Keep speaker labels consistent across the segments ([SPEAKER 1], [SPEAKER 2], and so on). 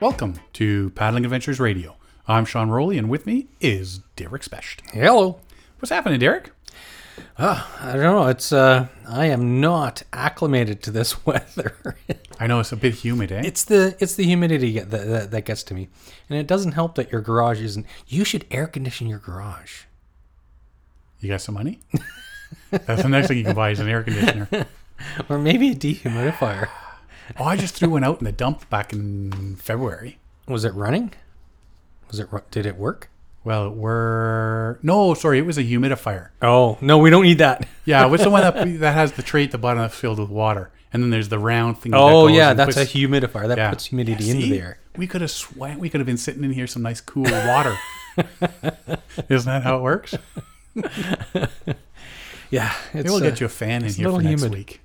[SPEAKER 1] Welcome to Paddling Adventures Radio. I'm Sean Rowley, and with me is Derek Specht.
[SPEAKER 2] Hello.
[SPEAKER 1] What's happening, Derek?
[SPEAKER 2] I don't know. It's uh, I am not acclimated to this weather.
[SPEAKER 1] I know it's a bit humid, eh?
[SPEAKER 2] it's the it's the humidity that, that that gets to me, and it doesn't help that your garage isn't. You should air condition your garage.
[SPEAKER 1] You got some money? That's the next thing you can buy is an air conditioner.
[SPEAKER 2] or maybe a dehumidifier.
[SPEAKER 1] Oh, I just threw one out in the dump back in February.
[SPEAKER 2] Was it running? Was it ru- did it work?
[SPEAKER 1] Well, it were no, sorry, it was a humidifier.
[SPEAKER 2] Oh no, we don't need that.
[SPEAKER 1] Yeah, what's the one that that has the tray at the bottom that's filled with water, and then there's the round thing.
[SPEAKER 2] Oh
[SPEAKER 1] that goes
[SPEAKER 2] yeah,
[SPEAKER 1] and
[SPEAKER 2] that's
[SPEAKER 1] puts-
[SPEAKER 2] a humidifier that
[SPEAKER 1] Yeah.
[SPEAKER 2] puts humidity
[SPEAKER 1] See?
[SPEAKER 2] into the air.
[SPEAKER 1] We could have sweat. We could have been sitting in here some nice cool water. Isn't that how it works?
[SPEAKER 2] Yeah, it's,
[SPEAKER 1] Maybe we'll
[SPEAKER 2] uh,
[SPEAKER 1] get you a fan in
[SPEAKER 2] it's a
[SPEAKER 1] here for
[SPEAKER 2] little
[SPEAKER 1] next
[SPEAKER 2] humid.
[SPEAKER 1] week.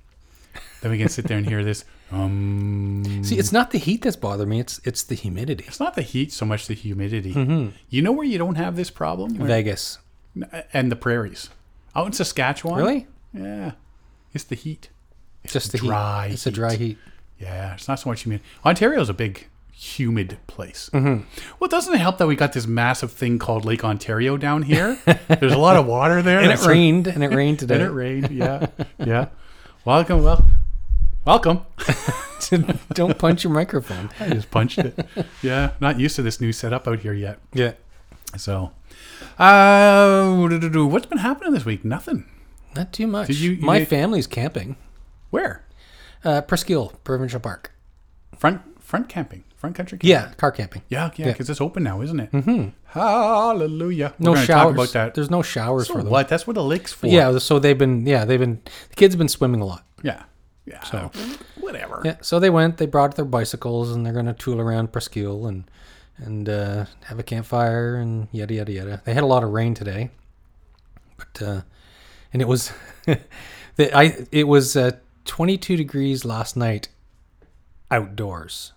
[SPEAKER 1] Then we can sit there and hear this. Um,
[SPEAKER 2] See, it's not the heat that's bothering me. It's it's the humidity.
[SPEAKER 1] it's not the heat so much the humidity.
[SPEAKER 2] Mm-hmm.
[SPEAKER 1] You know where you don't have this problem? Where-
[SPEAKER 2] Vegas,
[SPEAKER 1] and the prairies. Out in Saskatchewan.
[SPEAKER 2] really?
[SPEAKER 1] Yeah. It's the heat. It's
[SPEAKER 2] Just the
[SPEAKER 1] dry
[SPEAKER 2] heat. It's a dry heat.
[SPEAKER 1] Yeah, it's not so much humid. Ontario's a big humid place. Mm-hmm. Well, doesn't it help that we got this massive thing called Lake Ontario down here? There's a lot of water there.
[SPEAKER 2] And it
[SPEAKER 1] That's a-
[SPEAKER 2] rained, and it rained today.
[SPEAKER 1] And it rained. Yeah, yeah. Welcome, well, welcome.
[SPEAKER 2] Don't punch your microphone.
[SPEAKER 1] I just punched it. Yeah, not used to this new setup out here yet.
[SPEAKER 2] Yeah.
[SPEAKER 1] So, uh, do-do-do. what's been happening this week? Nothing.
[SPEAKER 2] Not too much.
[SPEAKER 1] Did you- you
[SPEAKER 2] My
[SPEAKER 1] made-
[SPEAKER 2] family's camping.
[SPEAKER 1] Where?
[SPEAKER 2] Uh, Presqu'île Provincial Park.
[SPEAKER 1] Front front camping, front country. Camping.
[SPEAKER 2] Yeah, car camping.
[SPEAKER 1] Yeah, yeah,
[SPEAKER 2] Yeah.
[SPEAKER 1] because it's open now, isn't it? Mm-hmm. Hallelujah.
[SPEAKER 2] No
[SPEAKER 1] We're gonna
[SPEAKER 2] showers.
[SPEAKER 1] Talk about that.
[SPEAKER 2] There's no showers
[SPEAKER 1] So
[SPEAKER 2] for them.
[SPEAKER 1] what? That's what a lake's for.
[SPEAKER 2] Yeah, so they've been yeah, they've been the kids have been swimming a lot.
[SPEAKER 1] Yeah. Yeah. So whatever.
[SPEAKER 2] Yeah, so they went, they brought their bicycles and they're going to tool around Presqu'île and and uh, have a campfire and yada yada yada. They had a lot of rain today. But uh, and it was the, I it was uh, 22 degrees last night outdoors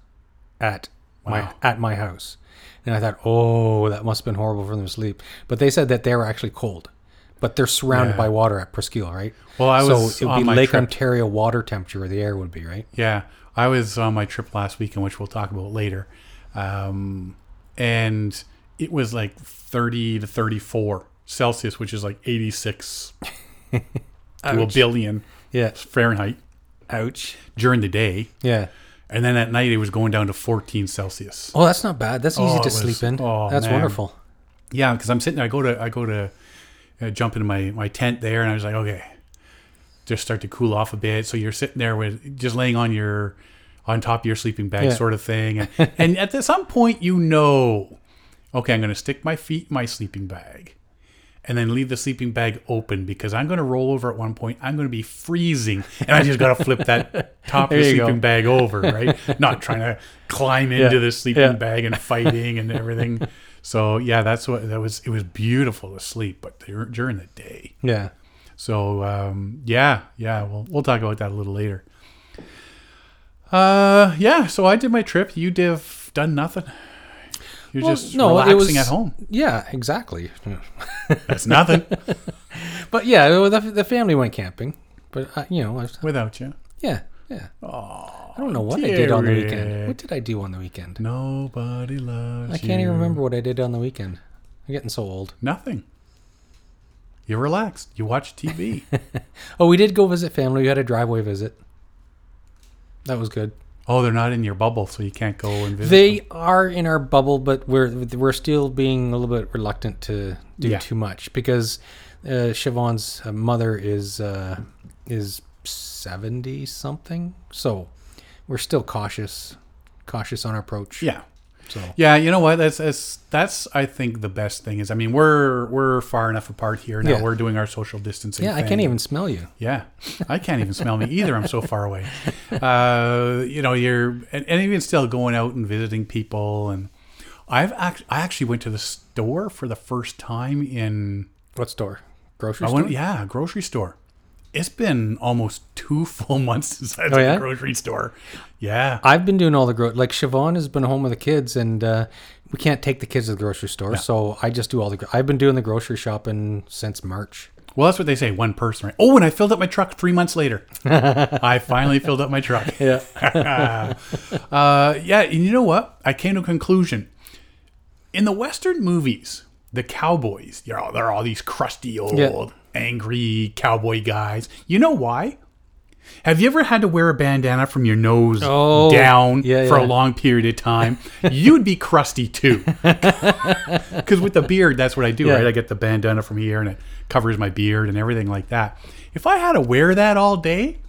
[SPEAKER 2] at
[SPEAKER 1] Wow.
[SPEAKER 2] my at my house. And I thought, "Oh, that must have been horrible for them to sleep." But they said that they were actually cold. But they're surrounded
[SPEAKER 1] Yeah.
[SPEAKER 2] by water at Presqu'île, right?
[SPEAKER 1] Well, I was
[SPEAKER 2] so it would
[SPEAKER 1] on
[SPEAKER 2] be
[SPEAKER 1] my
[SPEAKER 2] Lake
[SPEAKER 1] trip.
[SPEAKER 2] Ontario water temperature where the air would be, right?
[SPEAKER 1] Yeah. I was on my trip last weekend, which we'll talk about later. Um, and it was like 30 to 34 Celsius, which is like 86 to a billion
[SPEAKER 2] Yeah.
[SPEAKER 1] Fahrenheit
[SPEAKER 2] Ouch.
[SPEAKER 1] during the day.
[SPEAKER 2] Yeah.
[SPEAKER 1] And then at night, it was going down to 14 Celsius.
[SPEAKER 2] Oh, that's not bad. That's easy
[SPEAKER 1] it
[SPEAKER 2] to
[SPEAKER 1] was-
[SPEAKER 2] sleep in.
[SPEAKER 1] oh,
[SPEAKER 2] that's
[SPEAKER 1] man.
[SPEAKER 2] wonderful.
[SPEAKER 1] Yeah, because I'm sitting there. I go to I go to uh, jump into my my tent there, and I was like, okay, just start to cool off a bit. So you're sitting there with just laying on your on top of your sleeping bag,
[SPEAKER 2] Yeah.
[SPEAKER 1] sort of thing. And, and at the- some point, you know, okay, I'm going to stick my feet in my sleeping bag, and then leave the sleeping bag open because I'm going to roll over at one point. I'm going to be freezing, and I just got to flip that top of the
[SPEAKER 2] There you go.
[SPEAKER 1] sleeping bag over, right? Not trying to climb into the sleeping
[SPEAKER 2] yeah.
[SPEAKER 1] bag bag and fighting and everything. So yeah, that's what that was. It was beautiful to sleep, but dur- during the day.
[SPEAKER 2] Yeah.
[SPEAKER 1] So um, yeah, yeah, we'll we'll talk about that a little later. Uh, yeah. So I did my trip. You did done nothing. You're
[SPEAKER 2] Well,
[SPEAKER 1] just
[SPEAKER 2] no, it
[SPEAKER 1] relaxing at
[SPEAKER 2] was-
[SPEAKER 1] home.
[SPEAKER 2] Yeah, exactly.
[SPEAKER 1] That's nothing
[SPEAKER 2] But yeah, the, the family went camping. But, I, you know, I,
[SPEAKER 1] without you.
[SPEAKER 2] yeah, yeah. Oh, I don't know what I did on the
[SPEAKER 1] Derek.
[SPEAKER 2] weekend. What did I do on the weekend?
[SPEAKER 1] Nobody loves.
[SPEAKER 2] I can't
[SPEAKER 1] you.
[SPEAKER 2] even remember what I did on the weekend. I'm getting so old.
[SPEAKER 1] Nothing. You relaxed. You watched TV.
[SPEAKER 2] Oh, we did go visit family. We had a driveway visit. That was good.
[SPEAKER 1] oh, they're not in your bubble, so you can't go and visit.
[SPEAKER 2] They are in our bubble, but we're we're still being a little bit reluctant to do
[SPEAKER 1] Yeah.
[SPEAKER 2] too much because uh, Siobhan's uh, mother is uh, is seventy something, so we're still cautious, cautious on our approach.
[SPEAKER 1] yeah.
[SPEAKER 2] So
[SPEAKER 1] Yeah, you know what? That's that's that's I think the best thing is. I mean, we're we're far enough apart here now.
[SPEAKER 2] Yeah.
[SPEAKER 1] We're doing our social distancing.
[SPEAKER 2] yeah, I
[SPEAKER 1] thing.
[SPEAKER 2] can't even smell you.
[SPEAKER 1] Yeah, I can't even smell me either. I'm so far away. Uh, you know, you're and, and even still going out and visiting people. And I've act, I actually went to the store for the first time in
[SPEAKER 2] What store? Grocery
[SPEAKER 1] I e-
[SPEAKER 2] store.
[SPEAKER 1] went yeah grocery store. It's been almost two full months since I've been
[SPEAKER 2] Oh,
[SPEAKER 1] to
[SPEAKER 2] yeah?
[SPEAKER 1] the grocery store. Yeah,
[SPEAKER 2] I've been doing all the gro like Siobhan has been home with the kids, and uh, we can't take the kids to the grocery store, so I just do all the. Gro- I've been doing the grocery shopping since March.
[SPEAKER 1] Well, that's what they say. One person, right? Oh, and I filled up my truck three months later. I finally filled up my truck.
[SPEAKER 2] Yeah.
[SPEAKER 1] Uh, yeah, and you know what? I came to a conclusion. In the Western movies, the cowboys, they're all, they're all these crusty old,
[SPEAKER 2] Yeah.
[SPEAKER 1] angry cowboy guys. You know why? Have you ever had to wear a bandana from your nose
[SPEAKER 2] Oh,
[SPEAKER 1] down
[SPEAKER 2] yeah,
[SPEAKER 1] for a
[SPEAKER 2] yeah.
[SPEAKER 1] long period of time? You'd be crusty too. Because with the beard, that's what I do,
[SPEAKER 2] Yeah.
[SPEAKER 1] right? I get the bandana from here and it covers my beard and everything like that. If I had to wear that all day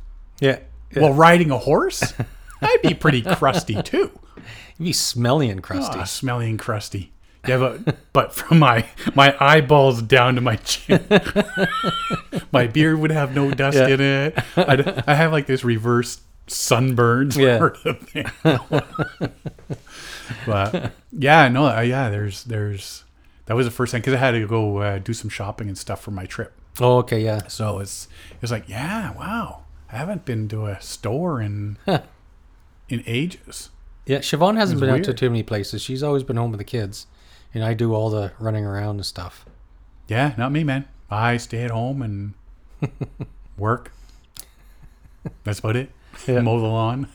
[SPEAKER 2] Yeah.
[SPEAKER 1] while riding a horse, I'd be pretty crusty too.
[SPEAKER 2] You'd be smelly and crusty.
[SPEAKER 1] Ah, smelly and crusty. Yeah, but but from my my eyeballs down to my chin, my beard would have no dust
[SPEAKER 2] Yeah.
[SPEAKER 1] in it. I'd, I have like this reverse sunburn
[SPEAKER 2] Yeah.
[SPEAKER 1] sort of thing. but yeah, no, uh, yeah. There's there's that was the first thing because I had to go uh, do some shopping and stuff for my trip.
[SPEAKER 2] Oh, okay. Yeah.
[SPEAKER 1] So it's it's like yeah, wow. I haven't been to a store in in ages.
[SPEAKER 2] Yeah. Siobhan hasn't been out to
[SPEAKER 1] weird.
[SPEAKER 2] too many places. She's always been home with the kids. And I do all the running around and stuff.
[SPEAKER 1] Yeah, not me, man. I stay at home and work. That's about it.
[SPEAKER 2] Yeah.
[SPEAKER 1] Mow the lawn.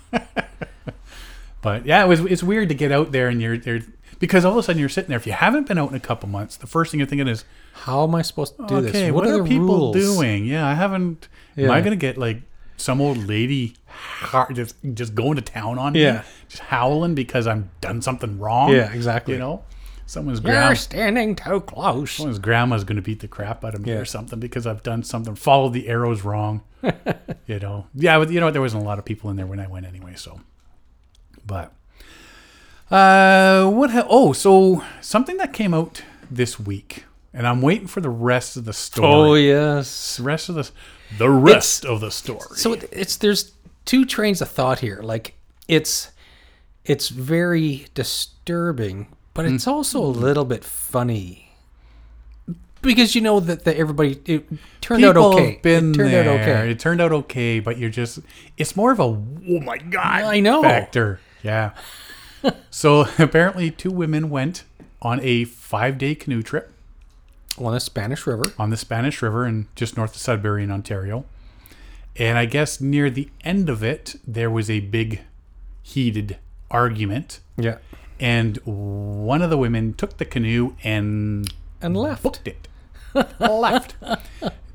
[SPEAKER 1] but yeah, it was it's weird to get out there and you're there because all of a sudden you're sitting there. If you haven't been out in a couple months, the first thing you're thinking is,
[SPEAKER 2] How am I supposed to do
[SPEAKER 1] okay,
[SPEAKER 2] this?
[SPEAKER 1] what,
[SPEAKER 2] the
[SPEAKER 1] are, people
[SPEAKER 2] rules?
[SPEAKER 1] doing? Yeah, I haven't. Am I
[SPEAKER 2] Yeah.
[SPEAKER 1] gonna get like some old lady har- just just going to town on
[SPEAKER 2] Yeah.
[SPEAKER 1] me, just howling because I'm done something wrong?
[SPEAKER 2] Yeah, exactly.
[SPEAKER 1] You know, someone's
[SPEAKER 2] You're
[SPEAKER 1] grandma
[SPEAKER 2] standing too close.
[SPEAKER 1] his grandma's going to beat the crap out of me
[SPEAKER 2] Yeah.
[SPEAKER 1] or something because I've done something, followed the arrows wrong. you know, yeah, but you know what? There wasn't a lot of people in there when I went anyway. So, but uh, what? Ha- oh, so something that came out this week, and I'm waiting for the rest of the
[SPEAKER 2] Oh
[SPEAKER 1] story.
[SPEAKER 2] yes.
[SPEAKER 1] The rest of the the rest of the story.
[SPEAKER 2] So it- it's there's two trains of thought here. Like it's it's very disturbing, but
[SPEAKER 1] Hmm.
[SPEAKER 2] it's also a little bit funny. Because you know that, that everybody it turned out
[SPEAKER 1] People
[SPEAKER 2] okay.
[SPEAKER 1] have been
[SPEAKER 2] it turned
[SPEAKER 1] there.
[SPEAKER 2] out okay.
[SPEAKER 1] It turned out okay, but you're just it's more of a oh my god
[SPEAKER 2] I know.
[SPEAKER 1] factor. Yeah. so apparently two women went on a five day canoe trip
[SPEAKER 2] On the Spanish River.
[SPEAKER 1] on the Spanish River in just north of Sudbury in Ontario. And I guess near the end of it there was a big heated argument.
[SPEAKER 2] Yeah.
[SPEAKER 1] And one of the women took the canoe and
[SPEAKER 2] And left.
[SPEAKER 1] booked it. Left.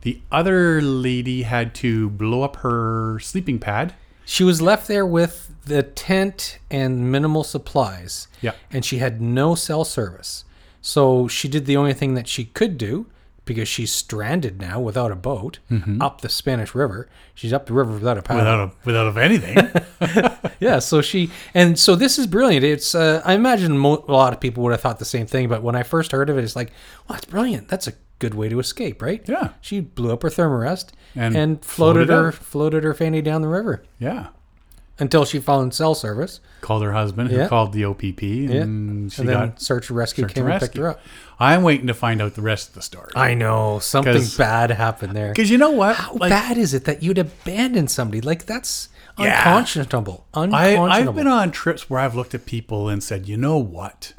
[SPEAKER 1] The other lady had to blow up her sleeping pad.
[SPEAKER 2] She was left there with the tent and minimal supplies.
[SPEAKER 1] Yeah.
[SPEAKER 2] And she had no cell service. So she did the only thing that she could do because she's stranded now without a boat up the Spanish River. She's up the river without a paddle.
[SPEAKER 1] Mm-hmm. Without a, without of anything.
[SPEAKER 2] yeah, so she and so this is brilliant. It's uh, I imagine mo- a lot of people would have thought the same thing, but when I first heard of it, it's like, well, that's brilliant. That's a good way to escape, right?
[SPEAKER 1] Yeah.
[SPEAKER 2] She blew up her thermarest
[SPEAKER 1] And
[SPEAKER 2] and,
[SPEAKER 1] floated
[SPEAKER 2] floated, her
[SPEAKER 1] up.
[SPEAKER 2] floated her fanny down the river
[SPEAKER 1] yeah.
[SPEAKER 2] until she found cell service.
[SPEAKER 1] Called her husband, who
[SPEAKER 2] Yeah.
[SPEAKER 1] called the OPP, and she
[SPEAKER 2] and then
[SPEAKER 1] got
[SPEAKER 2] search and rescue
[SPEAKER 1] search
[SPEAKER 2] came
[SPEAKER 1] and
[SPEAKER 2] and picked
[SPEAKER 1] rescue.
[SPEAKER 2] her up.
[SPEAKER 1] I'm waiting to find out the rest of the story.
[SPEAKER 2] I know something
[SPEAKER 1] 'Cause-
[SPEAKER 2] bad happened there.
[SPEAKER 1] Because you know what?
[SPEAKER 2] How
[SPEAKER 1] Like,
[SPEAKER 2] bad is it that you'd abandon somebody? Like that's
[SPEAKER 1] Yeah.
[SPEAKER 2] unconscionable.
[SPEAKER 1] I,
[SPEAKER 2] Unconscionable.
[SPEAKER 1] I've been on trips where I've looked at people and said, you know what?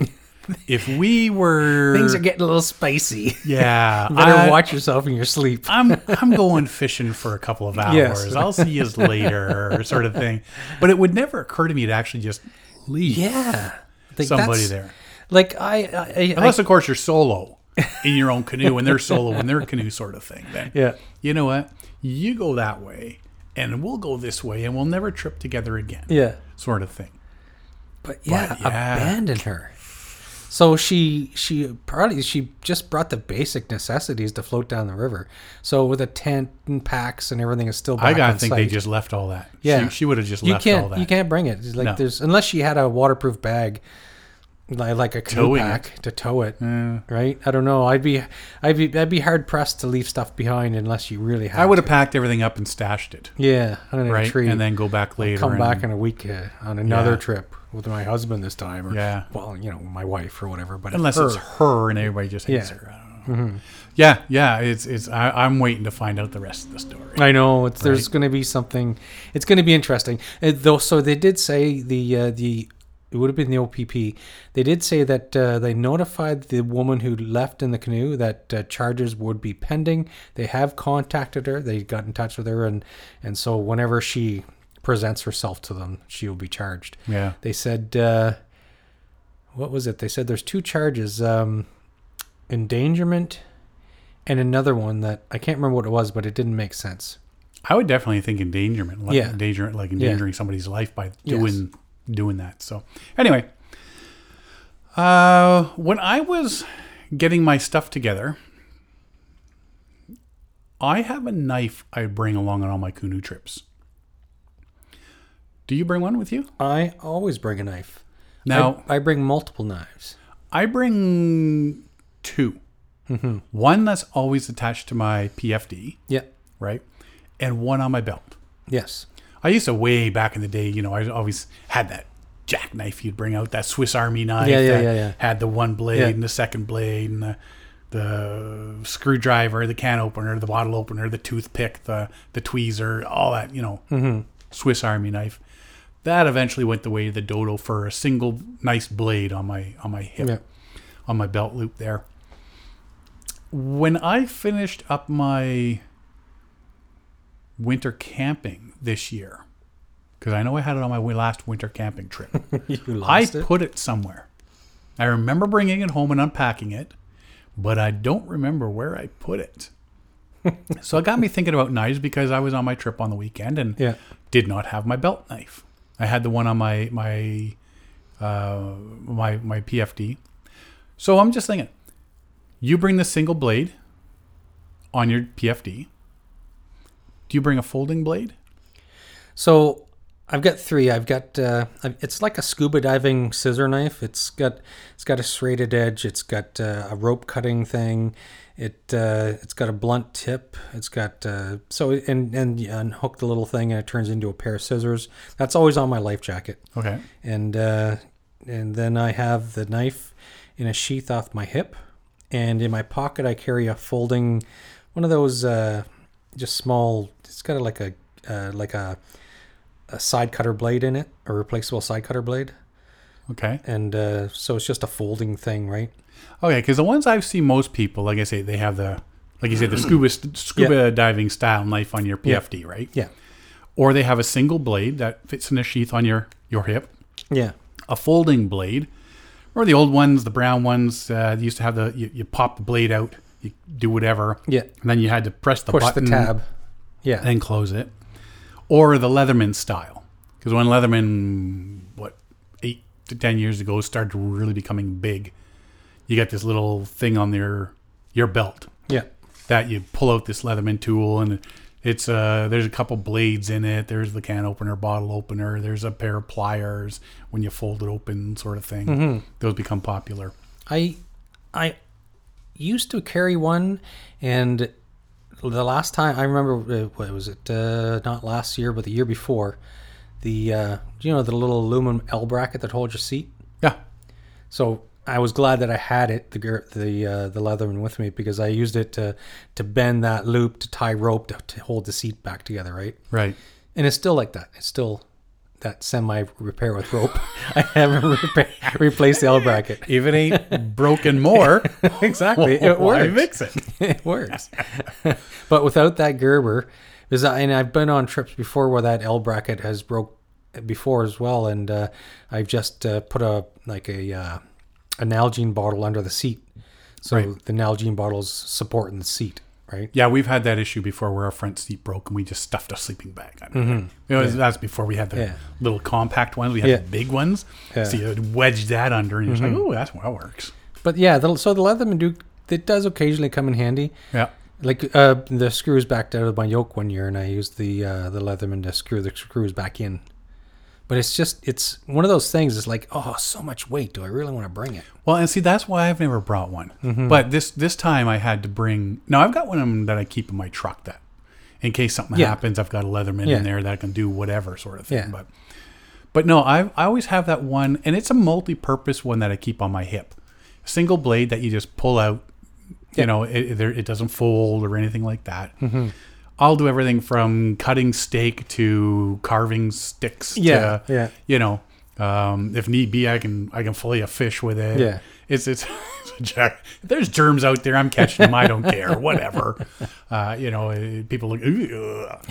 [SPEAKER 1] if we were.
[SPEAKER 2] Things are getting a little spicy.
[SPEAKER 1] Yeah.
[SPEAKER 2] Better
[SPEAKER 1] I-
[SPEAKER 2] watch yourself in your sleep.
[SPEAKER 1] I'm I'm going fishing for a couple of hours.
[SPEAKER 2] Yes.
[SPEAKER 1] I'll see you later, sort of thing. But it would never occur to me to actually just leave
[SPEAKER 2] yeah. Like,
[SPEAKER 1] somebody
[SPEAKER 2] that's-
[SPEAKER 1] there,
[SPEAKER 2] Like I, I, I,
[SPEAKER 1] unless of course you're solo in your own canoe and they're solo in their canoe, sort of thing. Then
[SPEAKER 2] Yeah.
[SPEAKER 1] you know what? You go that way, and we'll go this way, and we'll never trip together again.
[SPEAKER 2] yeah.
[SPEAKER 1] sort of thing.
[SPEAKER 2] But yeah,
[SPEAKER 1] But, yeah.
[SPEAKER 2] abandon her. So she she probably she just brought the basic necessities to float down the river. So with a tent and packs and everything is still. Back
[SPEAKER 1] I gotta
[SPEAKER 2] on
[SPEAKER 1] think
[SPEAKER 2] site.
[SPEAKER 1] they just left all that.
[SPEAKER 2] Yeah.
[SPEAKER 1] she, she would have just
[SPEAKER 2] you
[SPEAKER 1] left
[SPEAKER 2] can't
[SPEAKER 1] all that.
[SPEAKER 2] you can't bring it. It's Like
[SPEAKER 1] No.
[SPEAKER 2] there's unless she had a waterproof bag, li- like a canoe
[SPEAKER 1] Towing
[SPEAKER 2] pack to tow it, right? I don't know. I'd be I'd be I'd be hard pressed to leave stuff behind unless you really had.
[SPEAKER 1] I would
[SPEAKER 2] to.
[SPEAKER 1] have packed everything up and stashed it,
[SPEAKER 2] yeah, on a
[SPEAKER 1] right,
[SPEAKER 2] tree,
[SPEAKER 1] and then go back later.
[SPEAKER 2] come
[SPEAKER 1] and-
[SPEAKER 2] back in a week uh, on another
[SPEAKER 1] Yeah.
[SPEAKER 2] trip with my husband this time, or
[SPEAKER 1] Yeah.
[SPEAKER 2] well, you know, my wife or whatever. But
[SPEAKER 1] unless
[SPEAKER 2] her.
[SPEAKER 1] it's her and everybody just hates
[SPEAKER 2] Yeah. Mm-hmm.
[SPEAKER 1] her. I don't know. Yeah, yeah. It's it's. I, I'm waiting to find out the rest of the story.
[SPEAKER 2] I know it's, there's going to be something. It's going to be interesting, Uh, though. So they did say the uh, the It would have been the OPP. They did say that uh, they notified the woman who left in the canoe that uh, charges would be pending. They have contacted her. They got in touch with her, and and so whenever she presents herself to them, she will be charged.
[SPEAKER 1] Yeah.
[SPEAKER 2] They said, uh, what was it? They said there's two charges um, endangerment and another one that I can't remember what it was, but it didn't make sense.
[SPEAKER 1] I would definitely think endangerment, like
[SPEAKER 2] Yeah.
[SPEAKER 1] endangerment, like endangering somebody's life by doing doing that. So anyway, uh, when I was getting my stuff together, I have a knife I bring along on all my canoe trips. Do you bring one with you?
[SPEAKER 2] I always bring a knife.
[SPEAKER 1] Now
[SPEAKER 2] I, I bring multiple knives.
[SPEAKER 1] I, bring 2
[SPEAKER 2] Mm-hmm.
[SPEAKER 1] One that's always attached to my PFD,
[SPEAKER 2] Yeah.
[SPEAKER 1] right, and one on my belt.
[SPEAKER 2] Yes.
[SPEAKER 1] I used to way back in the day, you know, I always had that jackknife you'd bring out, that Swiss Army knife
[SPEAKER 2] Yeah, yeah,
[SPEAKER 1] that
[SPEAKER 2] yeah, yeah.
[SPEAKER 1] had the one blade
[SPEAKER 2] Yeah.
[SPEAKER 1] and the second blade and the the screwdriver, the can opener, the bottle opener, the toothpick, the the tweezer, all that, you know,
[SPEAKER 2] Mm-hmm.
[SPEAKER 1] Swiss Army knife. That eventually went the way of the dodo for a single nice blade on my on my hip
[SPEAKER 2] Yeah.
[SPEAKER 1] on my belt loop there. When I finished up my winter camping this year, because I know I had it on my wi- last winter camping trip,
[SPEAKER 2] you
[SPEAKER 1] I
[SPEAKER 2] lost it.
[SPEAKER 1] put it somewhere. I remember bringing it home and unpacking it, but I don't remember where I put it. so it got me thinking about knives because I was on my trip on the weekend and
[SPEAKER 2] Yeah.
[SPEAKER 1] did not have my belt knife. I had the one on my my uh, my my PFD. So I'm just thinking, you bring the single blade on your PFD. Do you bring a folding blade?
[SPEAKER 2] So I've got three. I've got uh, I've- it's like a scuba diving scissor knife. It's got it's got a serrated edge. It's got uh, a rope cutting thing. It uh, it's got a blunt tip. It's got uh, so and and you unhook the little thing and it turns into a pair of scissors. That's always on my life jacket.
[SPEAKER 1] Okay.
[SPEAKER 2] And uh, and then I have the knife in a sheath off my hip, and in my pocket I carry a folding one of those uh, just small. It's got like a uh, like a a side cutter blade in it, a replaceable side cutter blade,
[SPEAKER 1] Okay.
[SPEAKER 2] and uh, so it's just a folding thing, right?
[SPEAKER 1] Okay, because the ones I've seen most people, like I say, they have the, like you say, the scuba scuba diving style knife on your PFD, right?
[SPEAKER 2] Yeah,
[SPEAKER 1] Or they have a single blade that fits in a sheath on your your hip,
[SPEAKER 2] yeah,
[SPEAKER 1] a folding blade. Remember the old ones, the brown ones? Uh, they used to have the you, you pop the blade out, you do whatever,
[SPEAKER 2] yeah.
[SPEAKER 1] and then you had to press the
[SPEAKER 2] Push
[SPEAKER 1] button,
[SPEAKER 2] the tab. Yeah,
[SPEAKER 1] then close it. Or the Leatherman style, because when Leatherman, what eight to ten years ago, started really becoming big, you got this little thing on your your belt
[SPEAKER 2] yeah,
[SPEAKER 1] that you pull out this Leatherman tool and it's uh there's a couple blades in it. There's the can opener, bottle opener. There's a pair of pliers when you fold it open, sort of thing.
[SPEAKER 2] Mm-hmm.
[SPEAKER 1] Those become popular.
[SPEAKER 2] I I used to carry one, and the last time I remember, uh, what was it? Uh, not last year, but the year before. The uh, you know the little aluminum L bracket that holds your seat.
[SPEAKER 1] Yeah,
[SPEAKER 2] So I was glad that I had it, the gir- the uh, the Leatherman with me because I used it to to bend that loop to tie rope to, to hold the seat back together, right?
[SPEAKER 1] right.
[SPEAKER 2] And it's still like that. It's still that semi repair with rope. I haven't repair, replaced the L bracket.
[SPEAKER 1] If it ain't broken more,
[SPEAKER 2] Exactly, it
[SPEAKER 1] why
[SPEAKER 2] works.
[SPEAKER 1] fix it?
[SPEAKER 2] it works. but without that Gerber, because I, and I've been on trips before where that L bracket has broke before as well, and uh, I've just uh, put a like a uh, a Nalgene bottle under the seat, so
[SPEAKER 1] Right.
[SPEAKER 2] the Nalgene bottle's supporting the seat, right?
[SPEAKER 1] Yeah, we've had that issue before where our front seat broke and we just stuffed a sleeping bag. I mean, it was, That's before we had the
[SPEAKER 2] Mm-hmm. Yeah.
[SPEAKER 1] little compact ones. We had
[SPEAKER 2] Yeah.
[SPEAKER 1] the big ones.
[SPEAKER 2] Yeah. Mm-hmm.
[SPEAKER 1] So you wedge that under and you're just like, oh, that's well works.
[SPEAKER 2] But yeah, the, so the Leatherman Duke it does occasionally come in handy.
[SPEAKER 1] Yeah.
[SPEAKER 2] Like uh, the screws backed out of my yoke one year, and I used the uh, the Leatherman to screw the screws back in. But it's just it's one of those things. It's like oh, so much weight. Do I really want to bring it?
[SPEAKER 1] Well, and see, that's why I've never brought one.
[SPEAKER 2] Mm-hmm.
[SPEAKER 1] But this this time I had to bring. No, I've got one of 'em that I keep in my truck that, in case something
[SPEAKER 2] Yeah.
[SPEAKER 1] happens, I've got a Leatherman
[SPEAKER 2] Yeah.
[SPEAKER 1] in there that can do whatever sort of thing.
[SPEAKER 2] Yeah.
[SPEAKER 1] But, but no, I I always have that one, and it's a multi-purpose one that I keep on my hip, single blade that you just pull out. You know, it, it, there- it doesn't fold or anything like that.
[SPEAKER 2] Mm-hmm.
[SPEAKER 1] I'll do everything from cutting steak to carving sticks.
[SPEAKER 2] Yeah,
[SPEAKER 1] to,
[SPEAKER 2] yeah.
[SPEAKER 1] You know, Um, if need be, I can I can fillet a fish with it.
[SPEAKER 2] Yeah.
[SPEAKER 1] it's it's, it's a jack. If there's germs out there. I'm catching them. I don't care. Whatever. Uh, you know, eh, people look. "Ooh, ugh."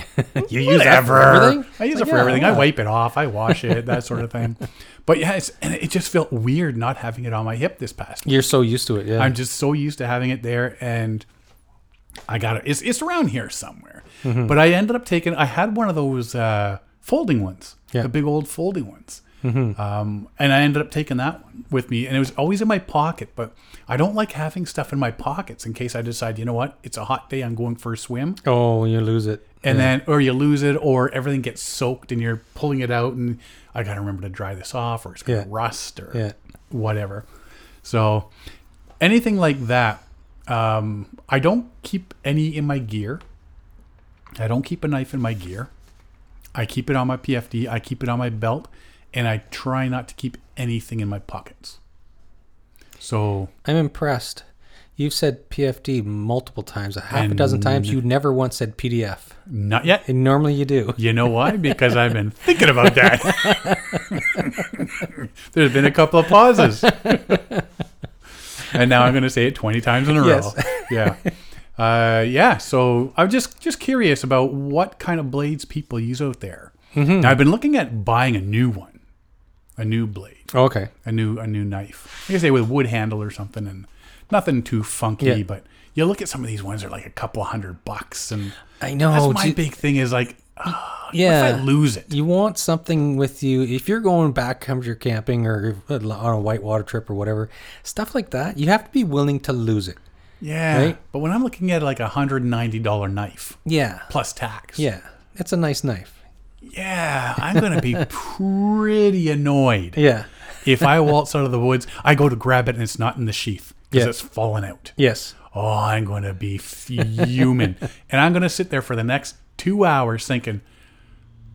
[SPEAKER 1] You use
[SPEAKER 2] that for everything?
[SPEAKER 1] I use
[SPEAKER 2] Like,
[SPEAKER 1] it for
[SPEAKER 2] yeah,
[SPEAKER 1] everything. I
[SPEAKER 2] yeah.
[SPEAKER 1] wipe it off. I wash it. That sort of thing. But yeah, it's, and it just felt weird not having it on my hip this past.
[SPEAKER 2] You're so used to it, yeah.
[SPEAKER 1] I'm just so used to having it there, and I got it. It's it's around here somewhere.
[SPEAKER 2] Mm-hmm.
[SPEAKER 1] But I ended up taking. I had one of those uh, folding ones,
[SPEAKER 2] Yeah. Mm-hmm.
[SPEAKER 1] the big old folding ones, um, and I ended up taking that one with me, and it was always in my pocket. But I don't like having stuff in my pockets in case I decide, you know what, it's a hot day, I'm going for a swim,
[SPEAKER 2] oh, you lose it.
[SPEAKER 1] and then or you lose it, or everything gets soaked, and you're pulling it out, and I got to remember to dry this off, or it's gonna
[SPEAKER 2] Yeah.
[SPEAKER 1] rust, or
[SPEAKER 2] Yeah.
[SPEAKER 1] whatever. So anything like that, um, I don't keep any in my gear. I don't keep a knife in my gear. I keep it on my PFD. I keep it on my belt, and I try not to keep anything in my pockets. So
[SPEAKER 2] I'm impressed. You've said PFD multiple times, a half a dozen times. You never once said PDF.
[SPEAKER 1] not yet.
[SPEAKER 2] And normally you do.
[SPEAKER 1] You know why? Because I've been thinking about that. There's been a couple of pauses. and now I'm going to say it 20 times in a
[SPEAKER 2] Yes.
[SPEAKER 1] row. Yeah. Uh, yeah. So I'm just, just curious about what kind of blades people use out there.
[SPEAKER 2] Mm-hmm.
[SPEAKER 1] Now, I've been looking at buying a new one, a new blade,
[SPEAKER 2] Okay.
[SPEAKER 1] a new, a new knife. I guess they with a wood handle or something and nothing too funky,
[SPEAKER 2] Yeah.
[SPEAKER 1] but you look at some of these ones, they're like a couple hundred bucks. And
[SPEAKER 2] I know.
[SPEAKER 1] that's my
[SPEAKER 2] Oh, do-
[SPEAKER 1] big thing is like,
[SPEAKER 2] yeah.
[SPEAKER 1] if I lose it.
[SPEAKER 2] you want something with you if you're going backcountry camping or on a whitewater trip or whatever stuff like that you have to be willing to lose it
[SPEAKER 1] Yeah.
[SPEAKER 2] Right?
[SPEAKER 1] But when I'm looking at like a hundred and ninety dollar knife
[SPEAKER 2] yeah
[SPEAKER 1] plus tax.
[SPEAKER 2] yeah it's a nice knife
[SPEAKER 1] Yeah. I'm gonna be pretty annoyed.
[SPEAKER 2] yeah
[SPEAKER 1] If I waltz out of the woods, I go to grab it and it's not in the sheath because
[SPEAKER 2] Yeah.
[SPEAKER 1] it's fallen out.
[SPEAKER 2] yes
[SPEAKER 1] Oh, I'm gonna be fuming. and I'm gonna sit there for the next two hours thinking,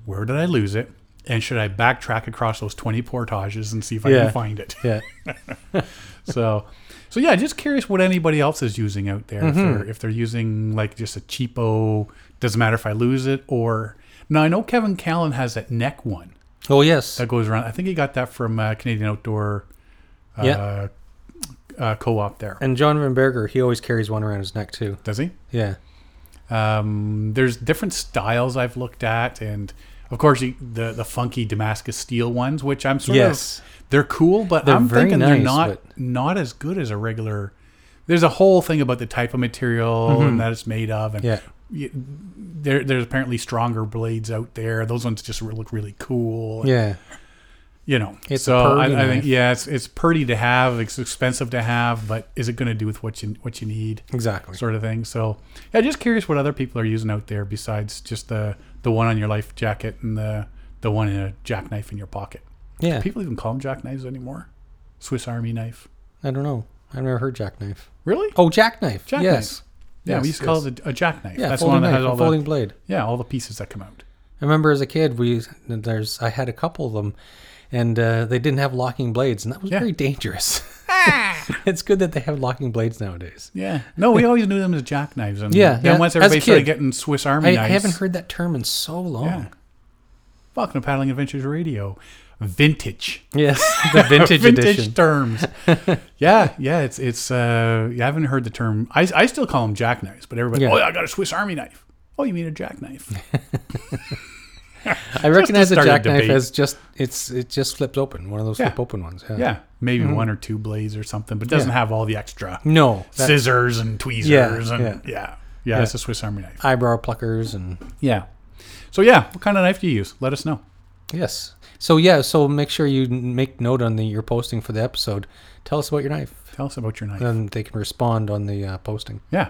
[SPEAKER 1] where did I lose it? And should I backtrack across those twenty portages and see if I
[SPEAKER 2] Yeah.
[SPEAKER 1] can find it?
[SPEAKER 2] yeah
[SPEAKER 1] So, so yeah, just curious what anybody else is using out there.
[SPEAKER 2] Mm-hmm.
[SPEAKER 1] If, they're, if they're using like just a cheapo, doesn't matter if I lose it or. Now I know Kevin Callan has that neck one
[SPEAKER 2] oh yes
[SPEAKER 1] that goes around. I think he got that from uh, Canadian Outdoor uh,
[SPEAKER 2] Yeah.
[SPEAKER 1] uh, Co-op there.
[SPEAKER 2] and john van berger he always carries one around his neck too
[SPEAKER 1] Does he?
[SPEAKER 2] yeah
[SPEAKER 1] Um, there's different styles I've looked at, and of course you, the the funky Damascus steel ones, which I'm sort
[SPEAKER 2] Yes.
[SPEAKER 1] of they're cool, but
[SPEAKER 2] They're
[SPEAKER 1] I'm
[SPEAKER 2] very
[SPEAKER 1] thinking they're
[SPEAKER 2] nice,
[SPEAKER 1] not
[SPEAKER 2] but-
[SPEAKER 1] not as good as a regular. There's a whole thing about the type of material and that it's made of, and
[SPEAKER 2] Mm-hmm. yeah
[SPEAKER 1] y- there there's apparently stronger blades out there. Those ones just re- look really cool. and,
[SPEAKER 2] yeah
[SPEAKER 1] You know,
[SPEAKER 2] It's a
[SPEAKER 1] so I,
[SPEAKER 2] purdy
[SPEAKER 1] I
[SPEAKER 2] knife.
[SPEAKER 1] think yeah, it's it's pretty to have. It's expensive to have, but is it going to do with what you what you need?
[SPEAKER 2] exactly
[SPEAKER 1] sort of thing. So, yeah, just curious what other people are using out there besides just the the one on your life jacket and the the one in a jackknife in your pocket.
[SPEAKER 2] yeah
[SPEAKER 1] People even call them jackknives anymore. Swiss Army knife.
[SPEAKER 2] i don't know i've never heard jackknife
[SPEAKER 1] Really?
[SPEAKER 2] oh jackknife
[SPEAKER 1] Jackknife.
[SPEAKER 2] yes
[SPEAKER 1] yeah, we
[SPEAKER 2] yes,
[SPEAKER 1] used to call
[SPEAKER 2] yes.
[SPEAKER 1] it a, a jackknife.
[SPEAKER 2] yeah
[SPEAKER 1] That's the
[SPEAKER 2] folding,
[SPEAKER 1] one that
[SPEAKER 2] knife,
[SPEAKER 1] has all
[SPEAKER 2] a folding
[SPEAKER 1] the
[SPEAKER 2] blade
[SPEAKER 1] yeah all the pieces that come out.
[SPEAKER 2] I remember as a kid, we there's I had a couple of them, and uh, they didn't have locking blades, and that was
[SPEAKER 1] Yeah. Ah!
[SPEAKER 2] very dangerous. it's good that they have locking blades nowadays.
[SPEAKER 1] Yeah. No, we always knew them as jackknives. And
[SPEAKER 2] Yeah,
[SPEAKER 1] Then
[SPEAKER 2] yeah.
[SPEAKER 1] once
[SPEAKER 2] As a
[SPEAKER 1] everybody started
[SPEAKER 2] kid.
[SPEAKER 1] getting Swiss Army
[SPEAKER 2] I, I
[SPEAKER 1] knives.
[SPEAKER 2] haven't heard that term in so long.
[SPEAKER 1] Yeah. Welcome to Paddling Adventures Radio. Vintage.
[SPEAKER 2] Yes, the vintage,
[SPEAKER 1] vintage
[SPEAKER 2] edition.
[SPEAKER 1] terms. yeah, yeah, it's it's. Uh, I haven't heard the term. I, I still call them jackknives, but everybody.
[SPEAKER 2] Yeah.
[SPEAKER 1] Oh, I got a Swiss Army knife. Oh, you mean a jackknife?
[SPEAKER 2] I recognize a
[SPEAKER 1] start a
[SPEAKER 2] jackknife
[SPEAKER 1] debate.
[SPEAKER 2] as just it's it just flipped open, one of those
[SPEAKER 1] Yeah.
[SPEAKER 2] flip open ones. Yeah.
[SPEAKER 1] yeah, maybe one or two blades or something, but it doesn't
[SPEAKER 2] Mm-hmm. Yeah.
[SPEAKER 1] have all the extra
[SPEAKER 2] No, that-
[SPEAKER 1] scissors and tweezers and yeah,
[SPEAKER 2] yeah.
[SPEAKER 1] yeah, It's a Swiss Army knife.
[SPEAKER 2] eyebrow pluckers and
[SPEAKER 1] Yeah. So yeah, what kind of knife do you use? Let us know.
[SPEAKER 2] yes. So yeah, so make sure you n- make note on the your posting for the episode. Tell us about your knife,
[SPEAKER 1] Tell us about your knife.
[SPEAKER 2] and they can respond on the uh, posting.
[SPEAKER 1] Yeah.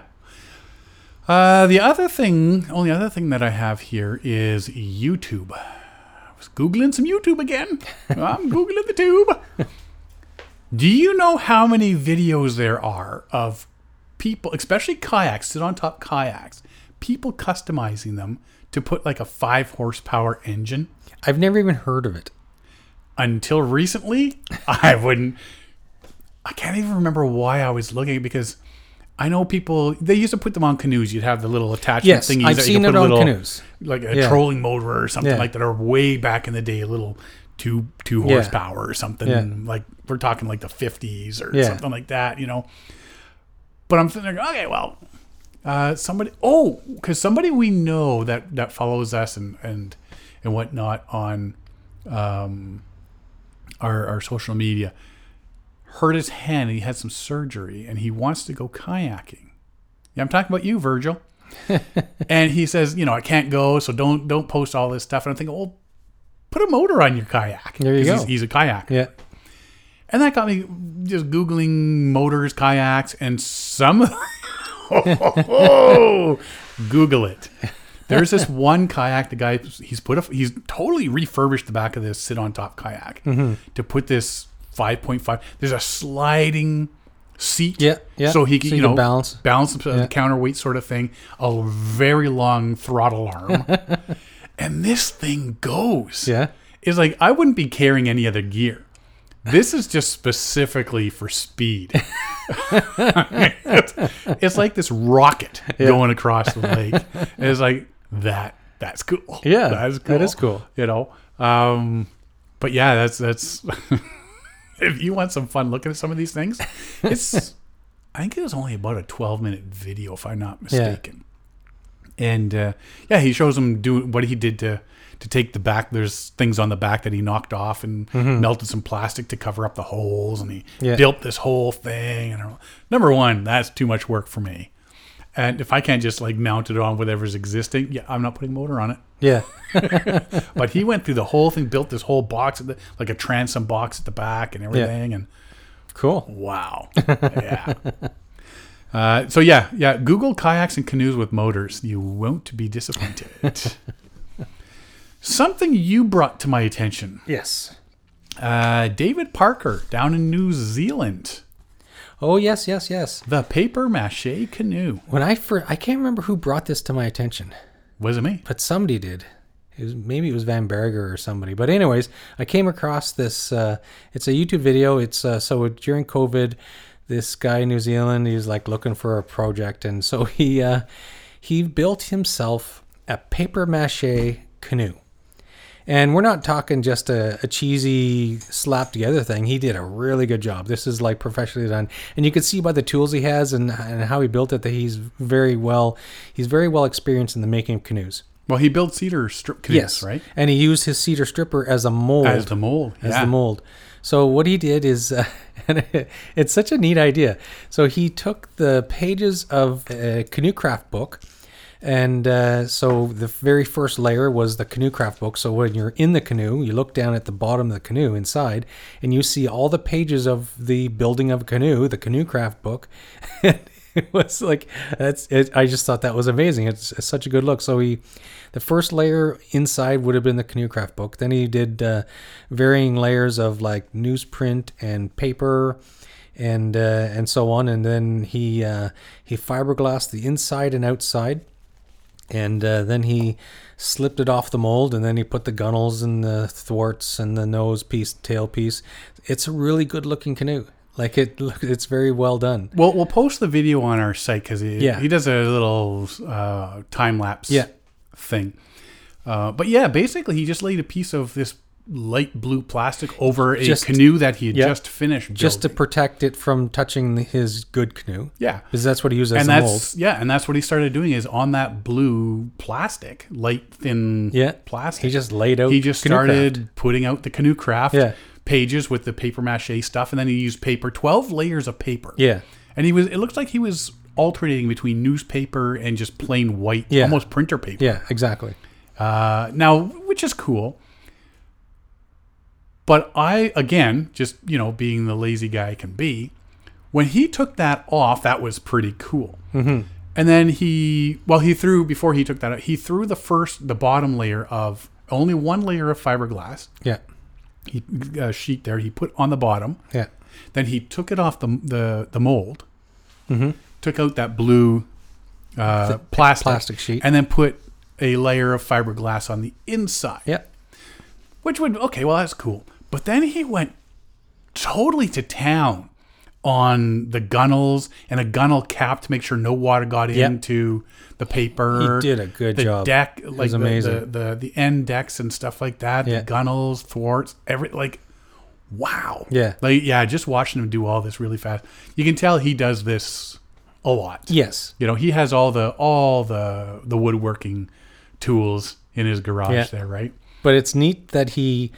[SPEAKER 1] Uh, the other thing, only other thing that I have here is YouTube. I was googling some YouTube again. I'm googling the tube. Do you know how many videos there are of people, especially kayaks, sit on top kayaks, people customizing them to put like a five horsepower engine?
[SPEAKER 2] I've never even heard of it.
[SPEAKER 1] until recently, I wouldn't. I can't even remember why I was looking because I know people. They used to put them on canoes. You'd have the little attachment
[SPEAKER 2] Yes,
[SPEAKER 1] thingies.
[SPEAKER 2] I've
[SPEAKER 1] that you
[SPEAKER 2] seen
[SPEAKER 1] could
[SPEAKER 2] it
[SPEAKER 1] put a
[SPEAKER 2] on
[SPEAKER 1] little-
[SPEAKER 2] canoes.
[SPEAKER 1] like a
[SPEAKER 2] Yeah.
[SPEAKER 1] trolling motor or something
[SPEAKER 2] Yeah.
[SPEAKER 1] like that. Or way back in the day, little two two
[SPEAKER 2] Yeah.
[SPEAKER 1] horsepower or something.
[SPEAKER 2] Yeah.
[SPEAKER 1] Like we're talking like the fifties or
[SPEAKER 2] Yeah.
[SPEAKER 1] something like that, you know. But I'm sitting there going, okay, well, uh, somebody. Oh, because somebody we know that that follows us and and and whatnot on um, our our social media hurt his hand. and He had some surgery and he wants to go kayaking. Yeah, I'm talking about you, Virgil. and he says, you know, I can't go, so don't don't post all this stuff. And I'm thinking, well, put a motor on your kayak.
[SPEAKER 2] There you
[SPEAKER 1] 'Cause
[SPEAKER 2] go.
[SPEAKER 1] He's, he's a kayaker.
[SPEAKER 2] Yeah.
[SPEAKER 1] And that got me just Googling motors, kayaks, and some. oh, Google it. There's this one kayak. The guy he's put a he's totally refurbished the back of this sit on top kayak
[SPEAKER 2] Mm-hmm.
[SPEAKER 1] to put this 5.5. There's a sliding seat.
[SPEAKER 2] Yeah, yeah.
[SPEAKER 1] So he can
[SPEAKER 2] So
[SPEAKER 1] you
[SPEAKER 2] you
[SPEAKER 1] know
[SPEAKER 2] can balance.
[SPEAKER 1] balance the counterweight sort of thing. A very long throttle arm, and this thing goes
[SPEAKER 2] Yeah.
[SPEAKER 1] is like I wouldn't be carrying any other gear. This is just specifically for speed. it's, it's like this rocket going across the lake. And it's like that. That's cool.
[SPEAKER 2] Yeah,
[SPEAKER 1] that's
[SPEAKER 2] that is cool.
[SPEAKER 1] You know, um, but yeah, that's that's. if you want some fun looking at some of these things, it's. I think it was only about a twelve-minute video, if I'm not mistaken and uh, yeah, he shows him doing what he did to to take the back. There's things on the back that he knocked off and melted some plastic to cover up the holes, and he
[SPEAKER 2] Yeah.
[SPEAKER 1] built this whole thing. And I'm- number one, that's too much work for me. And if I can't just like mount it on whatever's existing, yeah, I'm not putting motor on it.
[SPEAKER 2] Yeah.
[SPEAKER 1] But he went through the whole thing, built this whole box, at the, like a transom box at the back and everything. And
[SPEAKER 2] Cool.
[SPEAKER 1] Wow. Yeah. Uh, so yeah, yeah. Google kayaks and canoes with motors. You won't be disappointed. Something you brought to my attention,
[SPEAKER 2] Yes.
[SPEAKER 1] uh, David Parker, down in New Zealand,
[SPEAKER 2] Oh yes, yes, yes.
[SPEAKER 1] the paper mache canoe.
[SPEAKER 2] When I fir- I can't remember who brought this to my attention,
[SPEAKER 1] Was it me?
[SPEAKER 2] but somebody did. It was maybe it was Van Berger or somebody. But anyways, I came across this. Uh, it's a YouTube video. It's uh, so during COVID, this guy in New Zealand he was like looking for a project, and so he uh, he built himself a paper mache canoe. And we're not talking just a, a cheesy slap together thing. He did a really good job. This is like professionally done, and you can see by the tools he has and, and how he built it that he's very well he's very well experienced in the making of canoes.
[SPEAKER 1] Well, he built cedar strip canoes, right?
[SPEAKER 2] And he used his cedar stripper as a mold.
[SPEAKER 1] As the mold.
[SPEAKER 2] as
[SPEAKER 1] yeah.
[SPEAKER 2] the mold. So what he did is, uh, and it's such a neat idea. So he took the pages of a canoe craft book, and uh, so the very first layer was the canoe craft book. So when you're in the canoe, you look down at the bottom of the canoe inside, and you see all the pages of the building of a canoe, the canoe craft book. it was like that's it, i just thought that was amazing it's, it's such a good look so he the first layer inside would have been the canoe craft book then he did uh, varying layers of like newsprint and paper and uh, and so on and then he uh, he fiberglassed the inside and outside and uh, then he slipped it off the mold and then he put the gunnels and the thwarts and the nose piece tail piece it's a really good looking canoe like it look it's very well done
[SPEAKER 1] Well, we'll post the video on our site because he,
[SPEAKER 2] Yeah.
[SPEAKER 1] he does a little uh, time lapse
[SPEAKER 2] Yeah.
[SPEAKER 1] thing. Uh, but yeah, basically, he just laid a piece of this light blue plastic over a
[SPEAKER 2] Just-
[SPEAKER 1] canoe that he had
[SPEAKER 2] yeah.
[SPEAKER 1] just finished.
[SPEAKER 2] just to
[SPEAKER 1] building.
[SPEAKER 2] protect it from touching his good canoe
[SPEAKER 1] yeah,
[SPEAKER 2] because that's what he uses as
[SPEAKER 1] and
[SPEAKER 2] a
[SPEAKER 1] that's
[SPEAKER 2] mold.
[SPEAKER 1] yeah, and that's what he started doing is on that blue plastic, light thin
[SPEAKER 2] Yeah,
[SPEAKER 1] plastic.
[SPEAKER 2] he just laid out.
[SPEAKER 1] he just
[SPEAKER 2] canoe craft.
[SPEAKER 1] started putting out the canoe craft
[SPEAKER 2] Yeah.
[SPEAKER 1] pages with the paper mache stuff, and then he used paper, twelve layers of paper.
[SPEAKER 2] Yeah,
[SPEAKER 1] And he was it looked like he was alternating between newspaper and just plain white
[SPEAKER 2] Yeah.
[SPEAKER 1] almost printer paper.
[SPEAKER 2] yeah, exactly.
[SPEAKER 1] Uh, now which is cool. But I again, just you know, being the lazy guy I can be, when he took that off, that was pretty cool. Mm-hmm. And then he, well, he threw before he took that out, he threw the first, the bottom layer of only one layer of fiberglass
[SPEAKER 2] Yeah,
[SPEAKER 1] he, uh, sheet there. He put on the bottom,
[SPEAKER 2] yeah,
[SPEAKER 1] then he took it off the the, the mold,
[SPEAKER 2] Mm-hmm.
[SPEAKER 1] took out that blue uh, plastic,
[SPEAKER 2] plastic sheet.
[SPEAKER 1] and then put a layer of fiberglass on the inside,
[SPEAKER 2] yeah,
[SPEAKER 1] which would okay, well that's cool. But then he went totally to town on the gunnels and a gunnel cap to make sure no water got
[SPEAKER 2] Yep.
[SPEAKER 1] into the paper.
[SPEAKER 2] He did a good
[SPEAKER 1] the
[SPEAKER 2] job.
[SPEAKER 1] Deck, like
[SPEAKER 2] was
[SPEAKER 1] the,
[SPEAKER 2] amazing.
[SPEAKER 1] The, the the end decks and stuff like that.
[SPEAKER 2] Yeah.
[SPEAKER 1] The gunnels, thwarts, every like, wow.
[SPEAKER 2] Yeah.
[SPEAKER 1] Like yeah, just watching him do all this really fast. You can tell he does this a lot.
[SPEAKER 2] Yes.
[SPEAKER 1] You know, he has all the all the the woodworking tools in his garage
[SPEAKER 2] Yeah.
[SPEAKER 1] there, right?
[SPEAKER 2] But it's neat that he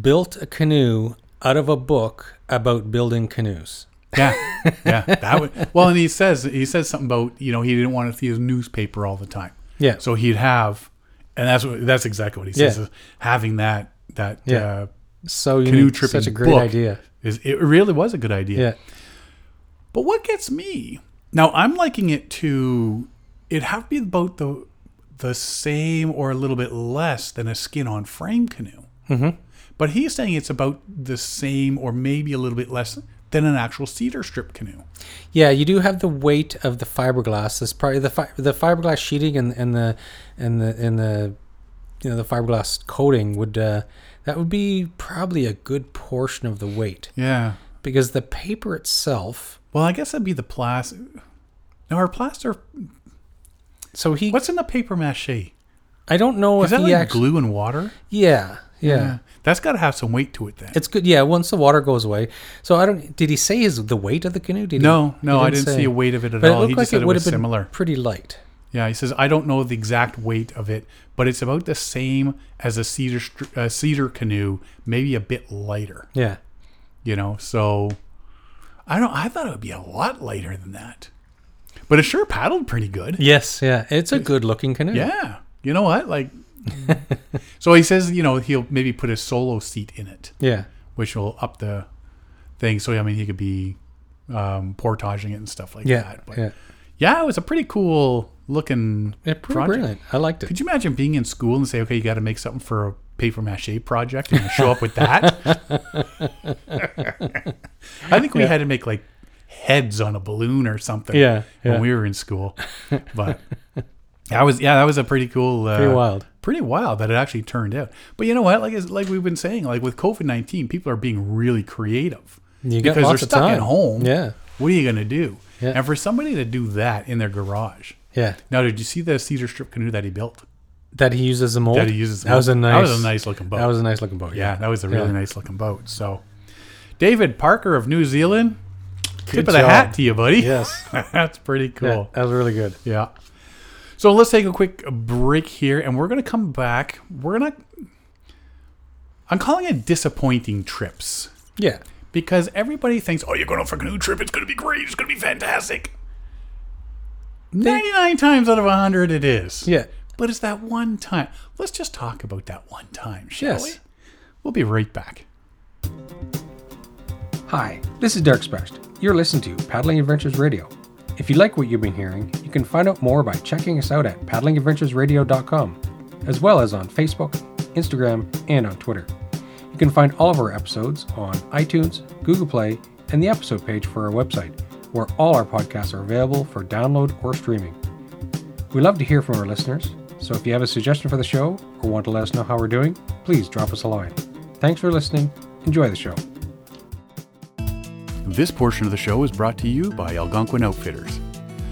[SPEAKER 2] built a canoe out of a book about building canoes.
[SPEAKER 1] Yeah, yeah. That would well, and he says he says something about you know he didn't want to see his newspaper all the time,
[SPEAKER 2] Yeah.
[SPEAKER 1] so he'd have, and that's what that's exactly what he says
[SPEAKER 2] Yeah.
[SPEAKER 1] is having that that
[SPEAKER 2] Yeah.
[SPEAKER 1] uh,
[SPEAKER 2] So you
[SPEAKER 1] canoe
[SPEAKER 2] need
[SPEAKER 1] tripping
[SPEAKER 2] such a great
[SPEAKER 1] book
[SPEAKER 2] idea.
[SPEAKER 1] is it really was a good idea.
[SPEAKER 2] Yeah.
[SPEAKER 1] But what gets me now? I'm liking it to it have to be about the the same or a little bit less than a skin on frame canoe.
[SPEAKER 2] Mhm.
[SPEAKER 1] But he's saying it's about the same or maybe a little bit less than an actual cedar strip canoe.
[SPEAKER 2] Yeah, you do have the weight of the fiberglass. That's probably the fi- the fiberglass sheeting and, and the and the and the you know the fiberglass coating would uh, that would be probably a good portion of the weight
[SPEAKER 1] Yeah.
[SPEAKER 2] because the paper itself.
[SPEAKER 1] Well, I guess that'd be the plastic. Now, our plaster.
[SPEAKER 2] So he,
[SPEAKER 1] What's in the paper mache? Is
[SPEAKER 2] I don't know if
[SPEAKER 1] that
[SPEAKER 2] he
[SPEAKER 1] like
[SPEAKER 2] actually.
[SPEAKER 1] glue and water?
[SPEAKER 2] Yeah, yeah,
[SPEAKER 1] That's got to have some weight to it then.
[SPEAKER 2] It's good. Yeah, once the water goes away. So I don't. Did he say his the weight of the canoe? Did he?
[SPEAKER 1] no,
[SPEAKER 2] he
[SPEAKER 1] no, I didn't see
[SPEAKER 2] say.
[SPEAKER 1] a weight of it at
[SPEAKER 2] But it
[SPEAKER 1] all.
[SPEAKER 2] looked
[SPEAKER 1] He
[SPEAKER 2] like
[SPEAKER 1] just said
[SPEAKER 2] it
[SPEAKER 1] it
[SPEAKER 2] would
[SPEAKER 1] was
[SPEAKER 2] have been
[SPEAKER 1] similar.
[SPEAKER 2] pretty light.
[SPEAKER 1] Yeah, he says I don't know the exact weight of it, but it's about the same as a cedar str- uh, cedar canoe, maybe a bit lighter.
[SPEAKER 2] Yeah.
[SPEAKER 1] You know, so I don't. I thought it would be a lot lighter than that, but it sure paddled pretty good.
[SPEAKER 2] Yes. Yeah. It's a good looking canoe.
[SPEAKER 1] Yeah. You know what? Like, so he says, you know, he'll maybe put a solo seat in it,
[SPEAKER 2] Yeah.
[SPEAKER 1] which will up the thing. So, I mean, he could be um, portaging it and stuff like
[SPEAKER 2] Yeah.
[SPEAKER 1] that. But yeah.
[SPEAKER 2] yeah.
[SPEAKER 1] it was a pretty cool looking.
[SPEAKER 2] Yeah, pretty
[SPEAKER 1] project.
[SPEAKER 2] brilliant. I liked it.
[SPEAKER 1] Could you imagine being in school and say, okay, you got to make something for a paper mache project and you show up with that? I think we had to make like heads on a balloon or something
[SPEAKER 2] Yeah, yeah.
[SPEAKER 1] when we were in school. But that was, yeah, that was a pretty cool. Uh,
[SPEAKER 2] Pretty wild.
[SPEAKER 1] pretty wild that it actually turned out. But you know what? Like like we've been saying, like with COVID nineteen, people are being really creative
[SPEAKER 2] You
[SPEAKER 1] because
[SPEAKER 2] got
[SPEAKER 1] they're
[SPEAKER 2] lots of
[SPEAKER 1] stuck at
[SPEAKER 2] time.
[SPEAKER 1] home.
[SPEAKER 2] Yeah.
[SPEAKER 1] What are you gonna do?
[SPEAKER 2] Yeah.
[SPEAKER 1] And for somebody to do that in their garage.
[SPEAKER 2] Yeah.
[SPEAKER 1] Now, did you see the Cedar Strip canoe that he built?
[SPEAKER 2] That he uses a mold.
[SPEAKER 1] That he uses.
[SPEAKER 2] That was a nice.
[SPEAKER 1] That was a nice looking boat.
[SPEAKER 2] That was a nice looking boat.
[SPEAKER 1] yeah, that was a really
[SPEAKER 2] Yeah.
[SPEAKER 1] nice looking boat. So, David Parker of New Zealand, tip of the
[SPEAKER 2] job.
[SPEAKER 1] hat to you, buddy.
[SPEAKER 2] Yes.
[SPEAKER 1] That's pretty cool.
[SPEAKER 2] Yeah, that was really good.
[SPEAKER 1] Yeah. So let's take a quick break here and we're going to come back. We're going to. I'm calling it disappointing trips
[SPEAKER 2] Yeah.
[SPEAKER 1] because everybody thinks, oh, you're going on for a canoe trip. It's going to be great. It's going to be fantastic. 99 times out of 100, it is.
[SPEAKER 2] Yeah.
[SPEAKER 1] But it's that one time. Let's just talk about that one time, shall
[SPEAKER 2] Yes.
[SPEAKER 1] we? We'll be right back.
[SPEAKER 2] Hi, this is Derek Sprest. You're listening to Paddling Adventures Radio. If you like what you've been hearing, you can find out more by checking us out at paddlingadventuresradio.com, as well as on Facebook, Instagram, and on Twitter. You can find all of our episodes on iTunes, Google Play, and the episode page for our website, where all our podcasts are available for download or streaming. We love to hear from our listeners, so if you have a suggestion for the show or want to let us know how we're doing, please drop us a line. Thanks for listening. Enjoy the show.
[SPEAKER 1] This portion of the show is brought to you by Algonquin Outfitters.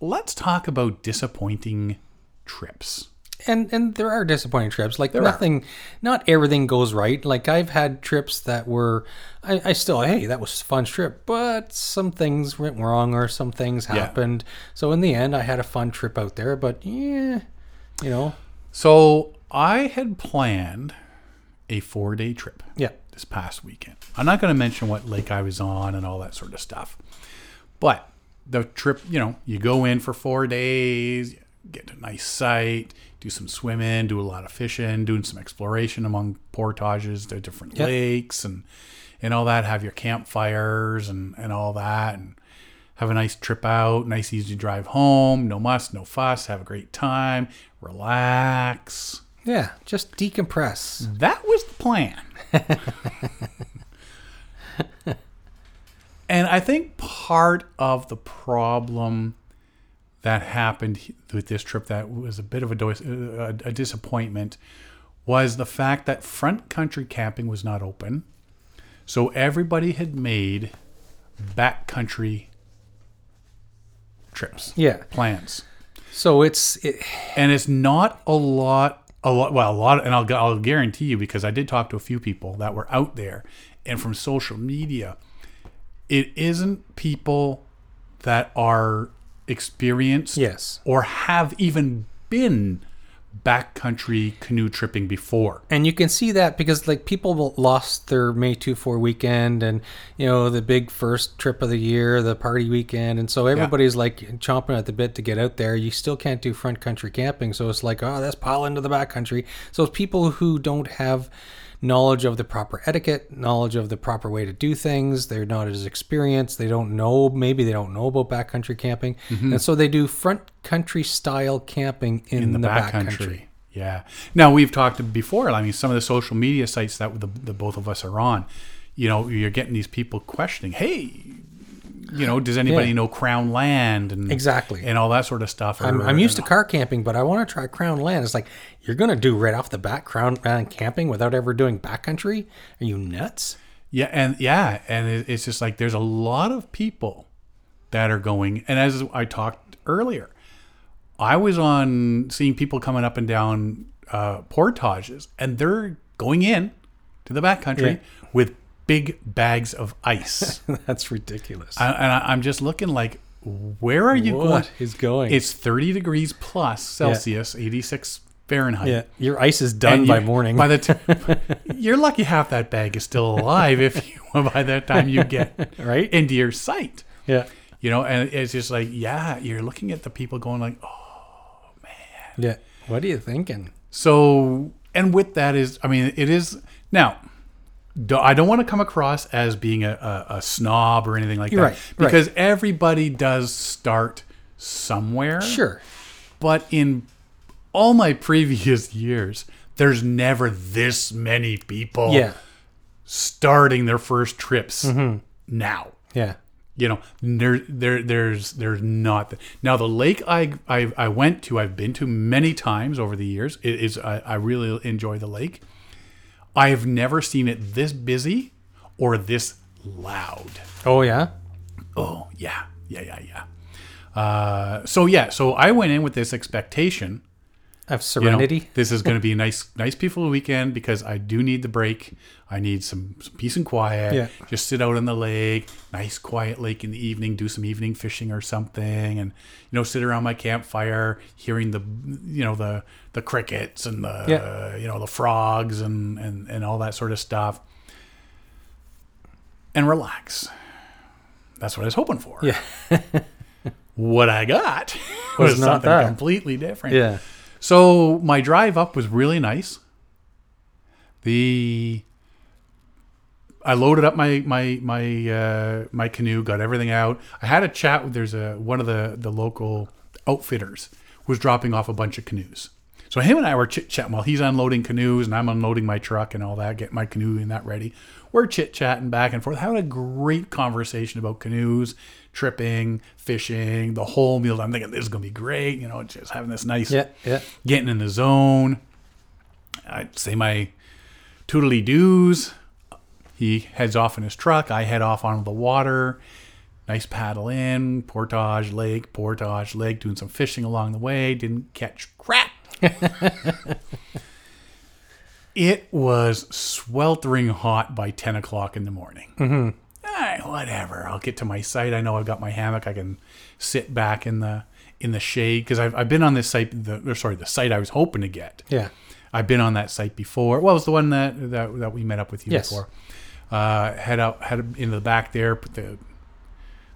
[SPEAKER 1] let's talk about disappointing trips.
[SPEAKER 2] and and there are disappointing trips like
[SPEAKER 1] are.
[SPEAKER 2] nothing not everything goes right like i've had trips that were i, I still hey that was a fun trip but some things went wrong or some things happened so in the end i had a fun trip out there but yeah you know
[SPEAKER 1] So I had planned a four day trip
[SPEAKER 2] yeah
[SPEAKER 1] this past weekend. I'm not going to mention what lake I was on and all that sort of stuff, but the trip, you know, you go in for four days, get a nice site, do some swimming, do a lot of fishing, doing some exploration among portages to different lakes and and all that, have your campfires and, and all that, and have a nice trip out, nice easy drive home, no muss, no fuss, have a great time, relax.
[SPEAKER 2] Yeah, just decompress.
[SPEAKER 1] That was the plan. and I think part of the problem that happened he- with this trip that was a bit of a, dois- uh, a disappointment was the fact that front country camping was not open. So everybody had made backcountry trips,
[SPEAKER 2] Yeah.
[SPEAKER 1] plans
[SPEAKER 2] So it's it,
[SPEAKER 1] and it's not a lot a lot well a lot and I'll, I'll guarantee you because i did talk to a few people that were out there and from social media it isn't people that are experienced
[SPEAKER 2] yes.
[SPEAKER 1] or have even been backcountry canoe tripping before
[SPEAKER 2] And you can see that because like people will- lost their May 2 4 weekend and you know the big first trip of the year, the party weekend, and so everybody's like chomping at the bit to get out there. You still can't do front country camping, so it's like, oh, let's pile into the back country. So it's people who don't have knowledge of the proper etiquette, knowledge of the proper way to do things. They're not as experienced. They don't know, maybe they don't know about backcountry camping. And so they do front country style camping Mm-hmm. in,
[SPEAKER 1] in the,
[SPEAKER 2] the
[SPEAKER 1] backcountry.
[SPEAKER 2] back country.
[SPEAKER 1] Yeah. Now we've talked before. I mean, some of the social media sites that the, the both of us are on, you know, you're getting these people questioning, "Hey, you know, does anybody
[SPEAKER 2] Yeah.
[SPEAKER 1] know Crown Land and
[SPEAKER 2] Exactly.
[SPEAKER 1] and all that sort of stuff?"
[SPEAKER 2] I'm, I'm used to car camping, but I want to try Crown Land. It's like you're gonna do right off the bat Crown Land camping without ever doing backcountry. Are you nuts?
[SPEAKER 1] yeah, and yeah, and it, it's just like there's a lot of people that are going, and as I talked earlier, I was on seeing people coming up and down uh, portages, and they're going in to the backcountry with big bags of ice.
[SPEAKER 2] That's ridiculous.
[SPEAKER 1] I, and I, I'm just looking like, where are you going?
[SPEAKER 2] what is going?
[SPEAKER 1] It's 30 degrees plus Celsius, 86 Fahrenheit.
[SPEAKER 2] yeah, your ice is done
[SPEAKER 1] And
[SPEAKER 2] by
[SPEAKER 1] you-
[SPEAKER 2] morning.
[SPEAKER 1] By the t- you're lucky half that bag is still alive if you by that time you get
[SPEAKER 2] Right?
[SPEAKER 1] into your sight.
[SPEAKER 2] yeah,
[SPEAKER 1] You know, and it's just like, yeah, you're looking at the people going like, oh.
[SPEAKER 2] yeah. What are you thinking?
[SPEAKER 1] So, and with that is, I mean, it is now. Do, I don't want to come across as being a, a, a snob or anything like that,
[SPEAKER 2] Right, right.
[SPEAKER 1] because everybody does start somewhere.
[SPEAKER 2] Sure.
[SPEAKER 1] but in all my previous years, there's never this many people
[SPEAKER 2] Yeah,
[SPEAKER 1] starting their first trips now.
[SPEAKER 2] yeah,
[SPEAKER 1] You know, there, there, there's, there's not. The, now the lake I, I, I went to, I've been to many times over the years. It is, I, I really enjoy the lake. I've never seen it this busy or this loud.
[SPEAKER 2] oh yeah.
[SPEAKER 1] Oh yeah, yeah, yeah, yeah. Uh, so yeah, so I went in with this expectation
[SPEAKER 2] I have
[SPEAKER 1] you know,
[SPEAKER 2] serenity.
[SPEAKER 1] this is going to be a nice, nice, peaceful weekend because I do need the break. I need some, some peace and quiet.
[SPEAKER 2] Yeah.
[SPEAKER 1] Just sit out on the lake, nice, quiet lake in the evening, do some evening fishing or something, and you know, sit around my campfire, hearing the, you know, the the crickets and the,
[SPEAKER 2] Yeah.
[SPEAKER 1] you know, the frogs and and and all that sort of stuff, and relax. That's what I was hoping for.
[SPEAKER 2] Yeah.
[SPEAKER 1] what I got was,
[SPEAKER 2] Was not
[SPEAKER 1] something
[SPEAKER 2] that.
[SPEAKER 1] completely different.
[SPEAKER 2] yeah,
[SPEAKER 1] So my drive up was really nice. The I loaded up my my my uh, my canoe, got everything out. I had a chat with there's a one of the the local outfitters was dropping off a bunch of canoes. So him and I were chit chatting while he's unloading canoes and I'm unloading my truck and all that, getting my canoe and that ready. We're chit chatting back and forth, having a great conversation about canoes, tripping, fishing, the whole meal. I'm thinking this is gonna be great, you know, just having this nice
[SPEAKER 2] yeah, yeah.
[SPEAKER 1] getting in the zone. I'd say my tootly doos. He heads off in his truck. I head off onto the water. Nice paddle in, portage lake, portage lake, doing some fishing along the way. Didn't catch crap. it was sweltering hot by 10 o'clock in the morning. Mm-hmm. whatever. I'll get to my site. I know I've got my hammock. I can sit back in the in the shade because I've, I've been on this site, the, or sorry, the site I was hoping to get.
[SPEAKER 2] yeah.
[SPEAKER 1] I've been on that site before. Well, it was the one that that, that we met up with you
[SPEAKER 2] Yes.
[SPEAKER 1] before. Uh, head out, head into the back there, put the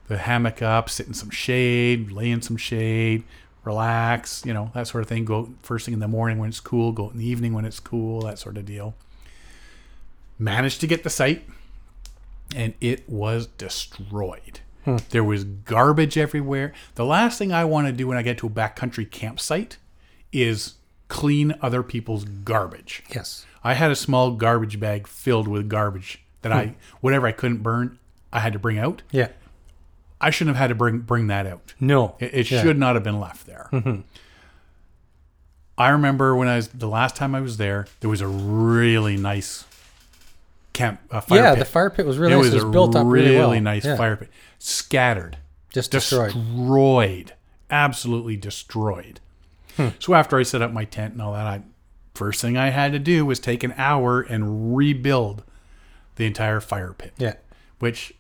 [SPEAKER 1] the hammock up, sit in some shade, lay in some shade, relax, you know, that sort of thing. Go out first thing in the morning when it's cool, go out in the evening when it's cool, that sort of deal. Managed to get the site and it was destroyed. There was garbage everywhere. The last thing I want to do when I get to a backcountry campsite is clean other people's garbage.
[SPEAKER 2] Yes.
[SPEAKER 1] I had a small garbage bag filled with garbage that I whatever I couldn't burn, I had to bring out.
[SPEAKER 2] Yeah.
[SPEAKER 1] I shouldn't have had to bring bring that out.
[SPEAKER 2] No.
[SPEAKER 1] It, it
[SPEAKER 2] Yeah. Mm-hmm.
[SPEAKER 1] should not have been left there. I remember when I was the last time I was there, there was a really nice camp uh, fire
[SPEAKER 2] yeah,
[SPEAKER 1] pit.
[SPEAKER 2] the fire pit was really
[SPEAKER 1] it
[SPEAKER 2] nice.
[SPEAKER 1] was
[SPEAKER 2] It was
[SPEAKER 1] a
[SPEAKER 2] built up really, well.
[SPEAKER 1] nice
[SPEAKER 2] Yeah,
[SPEAKER 1] fire pit, scattered,
[SPEAKER 2] Just
[SPEAKER 1] destroyed,
[SPEAKER 2] destroyed.
[SPEAKER 1] absolutely destroyed.
[SPEAKER 2] Hmm.
[SPEAKER 1] So after I set up my tent and all that, I first thing I had to do was take an hour and rebuild the entire fire pit,
[SPEAKER 2] Yeah.
[SPEAKER 1] which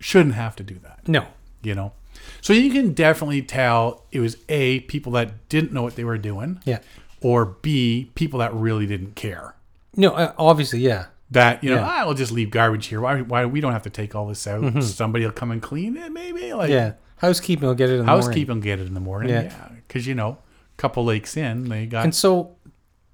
[SPEAKER 1] shouldn't have to do that
[SPEAKER 2] No.
[SPEAKER 1] you know so you can definitely tell it was a people that didn't know what they were doing
[SPEAKER 2] Yeah.
[SPEAKER 1] or b people that really didn't care
[SPEAKER 2] No. Uh, obviously, yeah.
[SPEAKER 1] that you know
[SPEAKER 2] Yeah. Mm-hmm.
[SPEAKER 1] i'll just leave garbage here why, why we don't have to take all this out somebody will come and clean it maybe like
[SPEAKER 2] Yeah. Housekeeping will get it in the morning.
[SPEAKER 1] housekeeping will get it in the morning
[SPEAKER 2] Yeah.
[SPEAKER 1] yeah because you know couple lakes in they got
[SPEAKER 2] And so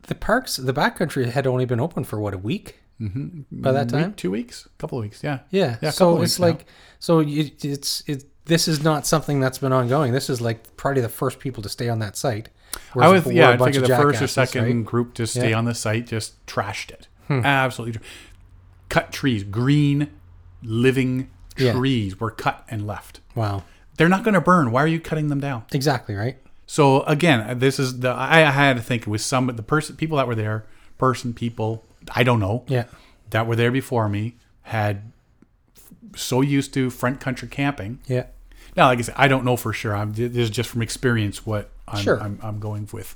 [SPEAKER 2] the parks, the backcountry had only been open for what, a week? Mm-hmm. By that
[SPEAKER 1] week-
[SPEAKER 2] time?
[SPEAKER 1] two weeks couple of weeks yeah
[SPEAKER 2] Yeah.
[SPEAKER 1] Yeah, a couple
[SPEAKER 2] so
[SPEAKER 1] of
[SPEAKER 2] it's
[SPEAKER 1] weeks now.
[SPEAKER 2] like, so you, it's, it, this is not something that's been ongoing. This is like probably the first people to stay on that site.
[SPEAKER 1] I
[SPEAKER 2] whereas
[SPEAKER 1] was
[SPEAKER 2] we're a
[SPEAKER 1] yeah, I
[SPEAKER 2] bunch
[SPEAKER 1] figure
[SPEAKER 2] of
[SPEAKER 1] the first or
[SPEAKER 2] jackasses,
[SPEAKER 1] second
[SPEAKER 2] right?
[SPEAKER 1] group to stay
[SPEAKER 2] Yeah. Hmm.
[SPEAKER 1] on the site just trashed it. Absolutely, tr- cut trees, green living
[SPEAKER 2] Yeah.
[SPEAKER 1] trees were cut and left.
[SPEAKER 2] Wow.
[SPEAKER 1] They're not going to burn. Why are you cutting them down?
[SPEAKER 2] Exactly, right?
[SPEAKER 1] So again, this is the I I had to think it was some the person people that were there, person people I don't know
[SPEAKER 2] Yeah.
[SPEAKER 1] that were there before me had f- so used to front country camping.
[SPEAKER 2] Yeah.
[SPEAKER 1] Now, like I said, I don't know for sure. I'm this is just from experience what I'm
[SPEAKER 2] Sure.
[SPEAKER 1] I'm, I'm going with.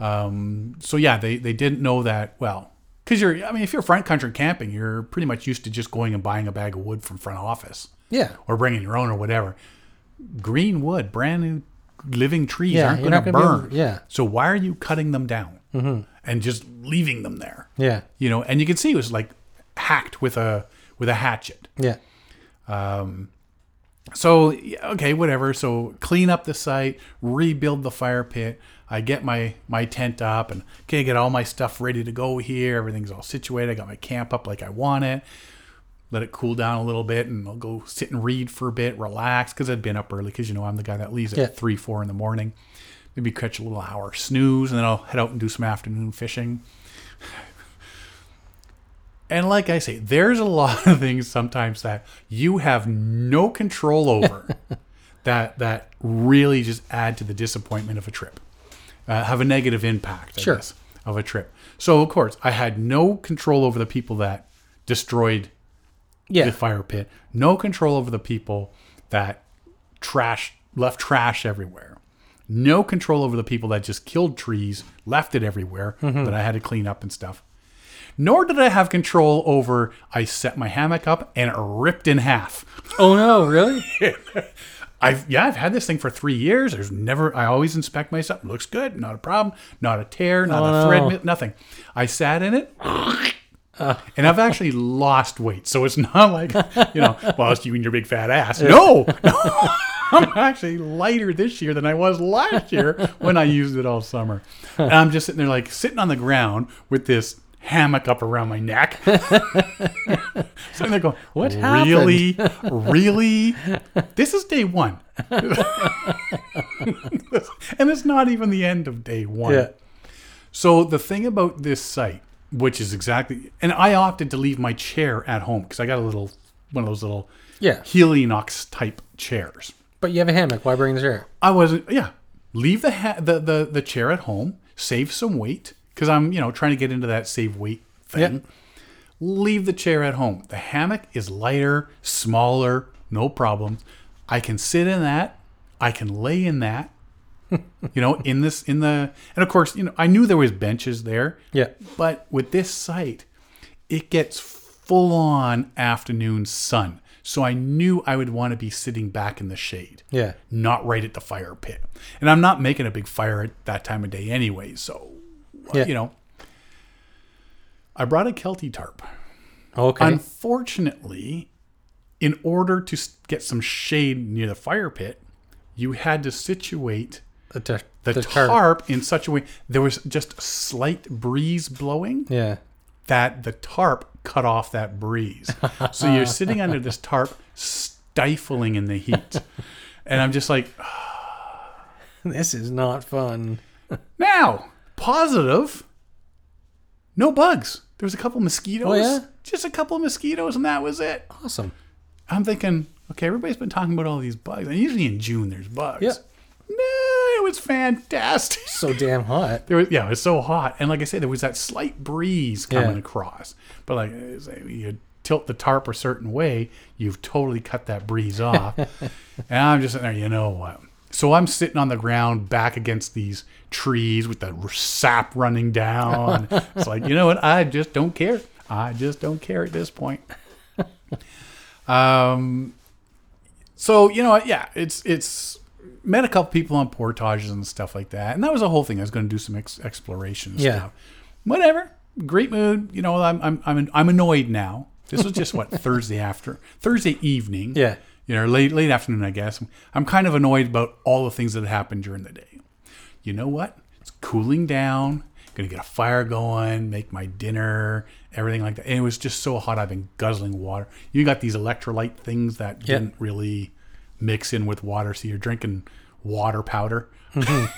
[SPEAKER 1] Um, so yeah, they they didn't know that well because you're. I mean, if you're front country camping, you're pretty much used to just going and buying a bag of wood from front office
[SPEAKER 2] Yeah.
[SPEAKER 1] or bringing your own or whatever. Green wood, brand new living trees
[SPEAKER 2] Yeah,
[SPEAKER 1] aren't
[SPEAKER 2] you're
[SPEAKER 1] going to
[SPEAKER 2] not gonna be able-
[SPEAKER 1] burn.
[SPEAKER 2] yeah. Mm-hmm.
[SPEAKER 1] So why are you cutting them down and just leaving them there?
[SPEAKER 2] Yeah.
[SPEAKER 1] You know, and you can see it was like hacked with a with a hatchet.
[SPEAKER 2] Yeah.
[SPEAKER 1] So yeah, okay, whatever. So clean up the site, rebuild the fire pit. I get my my tent up and okay, get all my stuff ready to go here. Everything's all situated. I got my camp up like I want it. Let it cool down a little bit, and I'll go sit and read for a bit, relax because I'd been up early. Because you know I'm the guy that leaves
[SPEAKER 2] Yeah.
[SPEAKER 1] at three, four in the morning. Maybe catch a little hour snooze, and then I'll head out and do some afternoon fishing. And like I say, there's a lot of things sometimes that you have no control over that that really just add to the disappointment of a trip, uh, have a negative impact, I
[SPEAKER 2] Sure.
[SPEAKER 1] guess, of a trip. So of course, I had no control over the people that destroyed
[SPEAKER 2] Yeah.
[SPEAKER 1] the fire pit, no control over the people that trash left trash everywhere. No control over the people that just killed trees, left it everywhere that I had to clean up and stuff. Nor did I have control over I set my hammock up and it ripped in half.
[SPEAKER 2] Oh, no, really?
[SPEAKER 1] I've yeah, I've had this thing for three years. There's never I always inspect myself. Looks good, not a problem, not a tear, not a
[SPEAKER 2] Oh,
[SPEAKER 1] thread,
[SPEAKER 2] no.
[SPEAKER 1] mi- nothing. I sat in it. And I've actually lost weight, so it's not like you know, well, it's you and your big fat ass. No, no, I'm actually lighter this year than I was last year when I used it all summer. And I'm just sitting there, like sitting on the ground with this hammock up around my neck. sitting there going, "What
[SPEAKER 2] happened?"
[SPEAKER 1] really, really? This is day one, and it's not even the end of day one."
[SPEAKER 2] Yeah.
[SPEAKER 1] So the thing about this site, which is exactly, and I opted to leave my chair at home because I got a little one of those little
[SPEAKER 2] Yeah.
[SPEAKER 1] Heliox type chairs.
[SPEAKER 2] But you have a hammock. Why bring the chair?
[SPEAKER 1] I wasn't, yeah, leave the ha- the, the the chair at home, save some weight because I'm you know trying to get into that save weight thing.
[SPEAKER 2] Yep.
[SPEAKER 1] Leave the chair at home. The hammock is lighter, smaller, no problem. I can sit in that. I can lay in that. you know, in this, in the, and of course, you know, I knew there was benches there.
[SPEAKER 2] Yeah.
[SPEAKER 1] But with this site, it gets full on afternoon sun. So I knew I would want to be sitting back in the shade,
[SPEAKER 2] Yeah.
[SPEAKER 1] not right at the fire pit. And I'm not making a big fire at that time of day anyway. So, uh,
[SPEAKER 2] Yeah.
[SPEAKER 1] you know, I brought a Kelty tarp.
[SPEAKER 2] Okay.
[SPEAKER 1] Unfortunately, in order to s- get some shade near the fire pit, you had to situate
[SPEAKER 2] the tar-
[SPEAKER 1] the,
[SPEAKER 2] the
[SPEAKER 1] tarp.
[SPEAKER 2] tarp.
[SPEAKER 1] in such a way there was just a slight breeze blowing
[SPEAKER 2] Yeah.
[SPEAKER 1] that the tarp cut off that breeze. so you're sitting under this tarp, stifling in the heat. And I'm just like,
[SPEAKER 2] This is not fun.
[SPEAKER 1] now, positive, no bugs. There was a couple mosquitoes.
[SPEAKER 2] Oh, yeah?
[SPEAKER 1] Just a couple mosquitoes, and that was it.
[SPEAKER 2] Awesome.
[SPEAKER 1] I'm thinking, okay, everybody's been talking about all these bugs. And usually in June, there's bugs.
[SPEAKER 2] Yeah.
[SPEAKER 1] No, it was fantastic.
[SPEAKER 2] So damn hot.
[SPEAKER 1] There was, yeah, it was so hot, and like I said, there was that slight breeze coming
[SPEAKER 2] Yeah.
[SPEAKER 1] across. But like, it's like you tilt the tarp a certain way, you've totally cut that breeze off. and I'm just sitting there, you know what? So I'm sitting on the ground, back against these trees with the sap running down. it's like, you know what? I just don't care. I just don't care at this point. Um, so you know, what? yeah, it's it's met a couple people on portages and stuff like that, and that was the whole thing. I was going to do some ex- exploration and
[SPEAKER 2] Yeah.
[SPEAKER 1] stuff. Whatever, great mood. You know, I'm I'm I'm, I'm annoyed now. This was just what Thursday after Thursday evening.
[SPEAKER 2] Yeah.
[SPEAKER 1] you know, late late afternoon, I guess. I'm kind of annoyed about all the things that happened during the day. You know what? It's cooling down. Gonna get a fire going, make my dinner, everything like that. And it was just so hot. I've been guzzling water. You got these electrolyte things that
[SPEAKER 2] Yeah.
[SPEAKER 1] didn't really mix in with water, so you're drinking water powder.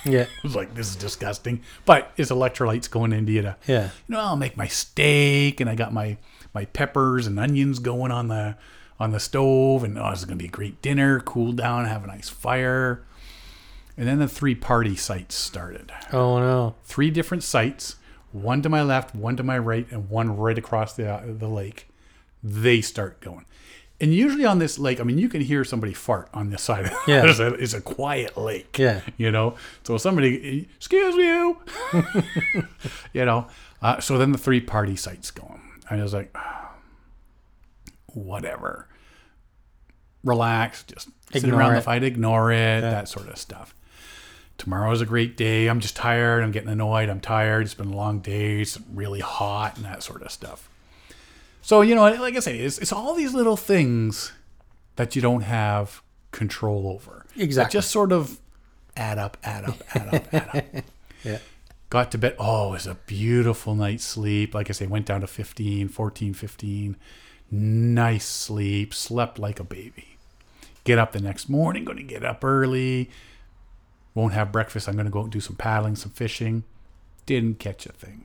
[SPEAKER 2] Yeah.
[SPEAKER 1] I was like, this is disgusting. But it's electrolytes going into you to,
[SPEAKER 2] Yeah.
[SPEAKER 1] you know, I'll make my steak and I got my my peppers and onions going on the on the stove and oh, this is gonna be a great dinner, cool down, have a nice fire. And then the three party sites started.
[SPEAKER 2] Oh no.
[SPEAKER 1] Three different sites, one to my left, one to my right, and one right across the uh, the lake. They start going. And usually on this lake, I mean, you can hear somebody fart on this side. of
[SPEAKER 2] Yeah.
[SPEAKER 1] it's, a, it's a quiet lake
[SPEAKER 2] Yeah.
[SPEAKER 1] you know so somebody excuse you you know uh, so then the three party sites going i was like whatever relax just sit
[SPEAKER 2] Ignore
[SPEAKER 1] around the
[SPEAKER 2] it.
[SPEAKER 1] fight ignore it that sort of stuff tomorrow's a great day i'm just tired i'm getting annoyed i'm tired it's been a long day it's really hot and that sort of stuff so you know like i say it's, it's all these little things that you don't have control over That
[SPEAKER 2] Exactly.
[SPEAKER 1] just sort of add up, add up, add up, add up.
[SPEAKER 2] Yeah.
[SPEAKER 1] Got to bed. Oh, it was a beautiful night's sleep. Like I say, went down to 15, 14, 15. Nice sleep. Slept like a baby. Get up the next morning. Going to get up early. Won't have breakfast. I'm going to go out and do some paddling, some fishing. Didn't catch a thing.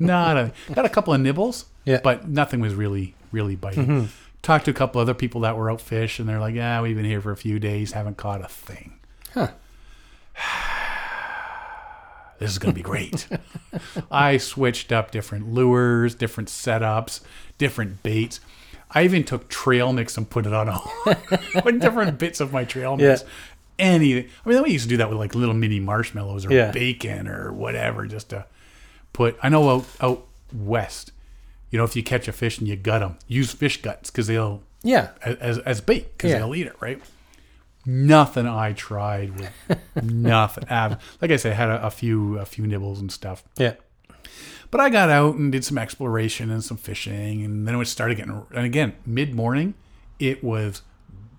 [SPEAKER 1] Not a, got a couple of nibbles,
[SPEAKER 2] Yeah. Mm-hmm.
[SPEAKER 1] but nothing was really, really biting. Talked to a couple other people that were out fish, and they're like, "Yeah, we've been here for a few days, haven't caught a thing."
[SPEAKER 2] Huh.
[SPEAKER 1] this is going to be great. I switched up different lures, different setups, different baits. I even took trail mix and put it on all like different bits of my trail mix.
[SPEAKER 2] Yeah.
[SPEAKER 1] Anything. I mean, we used to do that with like little mini marshmallows or
[SPEAKER 2] Yeah.
[SPEAKER 1] bacon or whatever, just to put. I know out, out west, you know, if you catch a fish and you gut them, use fish guts because they'll
[SPEAKER 2] Yeah.
[SPEAKER 1] as as bait because
[SPEAKER 2] Yeah.
[SPEAKER 1] they'll eat it, right? Nothing I tried with nothing. Ab- Like I said, had a, a few a few nibbles and stuff,
[SPEAKER 2] Yeah.
[SPEAKER 1] but I got out and did some exploration and some fishing, and then it started getting and again mid morning, it was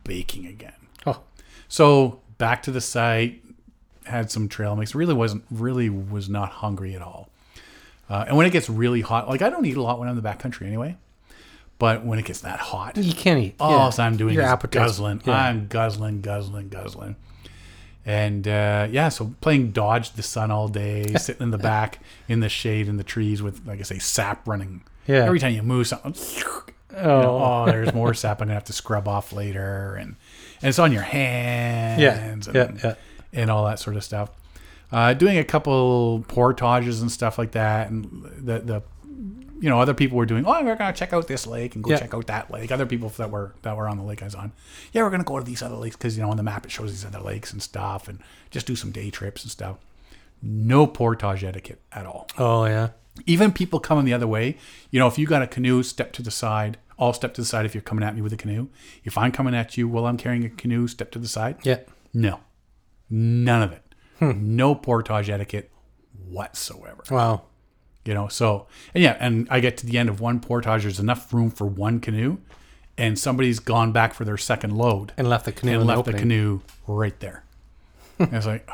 [SPEAKER 1] baking again.
[SPEAKER 2] Oh.
[SPEAKER 1] So back to the site, had some trail mix. Really wasn't really was not hungry at all. Uh, and when it gets really hot, like I don't eat a lot when I'm in the backcountry anyway, but when it gets that hot,
[SPEAKER 2] You can't eat.
[SPEAKER 1] all
[SPEAKER 2] yeah.
[SPEAKER 1] I'm doing
[SPEAKER 2] Oh, Your
[SPEAKER 1] is
[SPEAKER 2] appetite's-
[SPEAKER 1] guzzling.
[SPEAKER 2] yeah.
[SPEAKER 1] I'm guzzling, guzzling, guzzling. And uh, yeah, so playing dodge the sun all day, sitting in the back in the shade in the trees with, like I say, sap running.
[SPEAKER 2] Yeah.
[SPEAKER 1] Every time you move something,
[SPEAKER 2] Oh.
[SPEAKER 1] oh, there's more sap I'm gonna have to scrub off later, and and it's on your hands.
[SPEAKER 2] Yeah.
[SPEAKER 1] and,
[SPEAKER 2] Yeah. Yeah.
[SPEAKER 1] and all that sort of stuff. Uh, doing a couple portages and stuff like that, and the the you know other people were doing. Oh, we're gonna check out this lake and go
[SPEAKER 2] Yeah.
[SPEAKER 1] check out that lake. Other people that were that were on the lake I was on. Yeah, we're gonna go to these other lakes because you know on the map it shows these other lakes and stuff, and just do some day trips and stuff. No portage etiquette at all
[SPEAKER 2] Oh yeah.
[SPEAKER 1] even people coming the other way, you know, if you got a canoe, step to the side. I'll step to the side if you're coming at me with a canoe. If I'm coming at you while I'm carrying a canoe, step to the side.
[SPEAKER 2] Yeah.
[SPEAKER 1] No, none of it.
[SPEAKER 2] Hmm.
[SPEAKER 1] No portage etiquette whatsoever.
[SPEAKER 2] Wow.
[SPEAKER 1] You know, so and yeah, and I get to the end of one portage. There's enough room for one canoe, and somebody's gone back for their second load
[SPEAKER 2] And left the canoe.
[SPEAKER 1] and
[SPEAKER 2] in
[SPEAKER 1] left the
[SPEAKER 2] opening.
[SPEAKER 1] canoe right there. and I was like,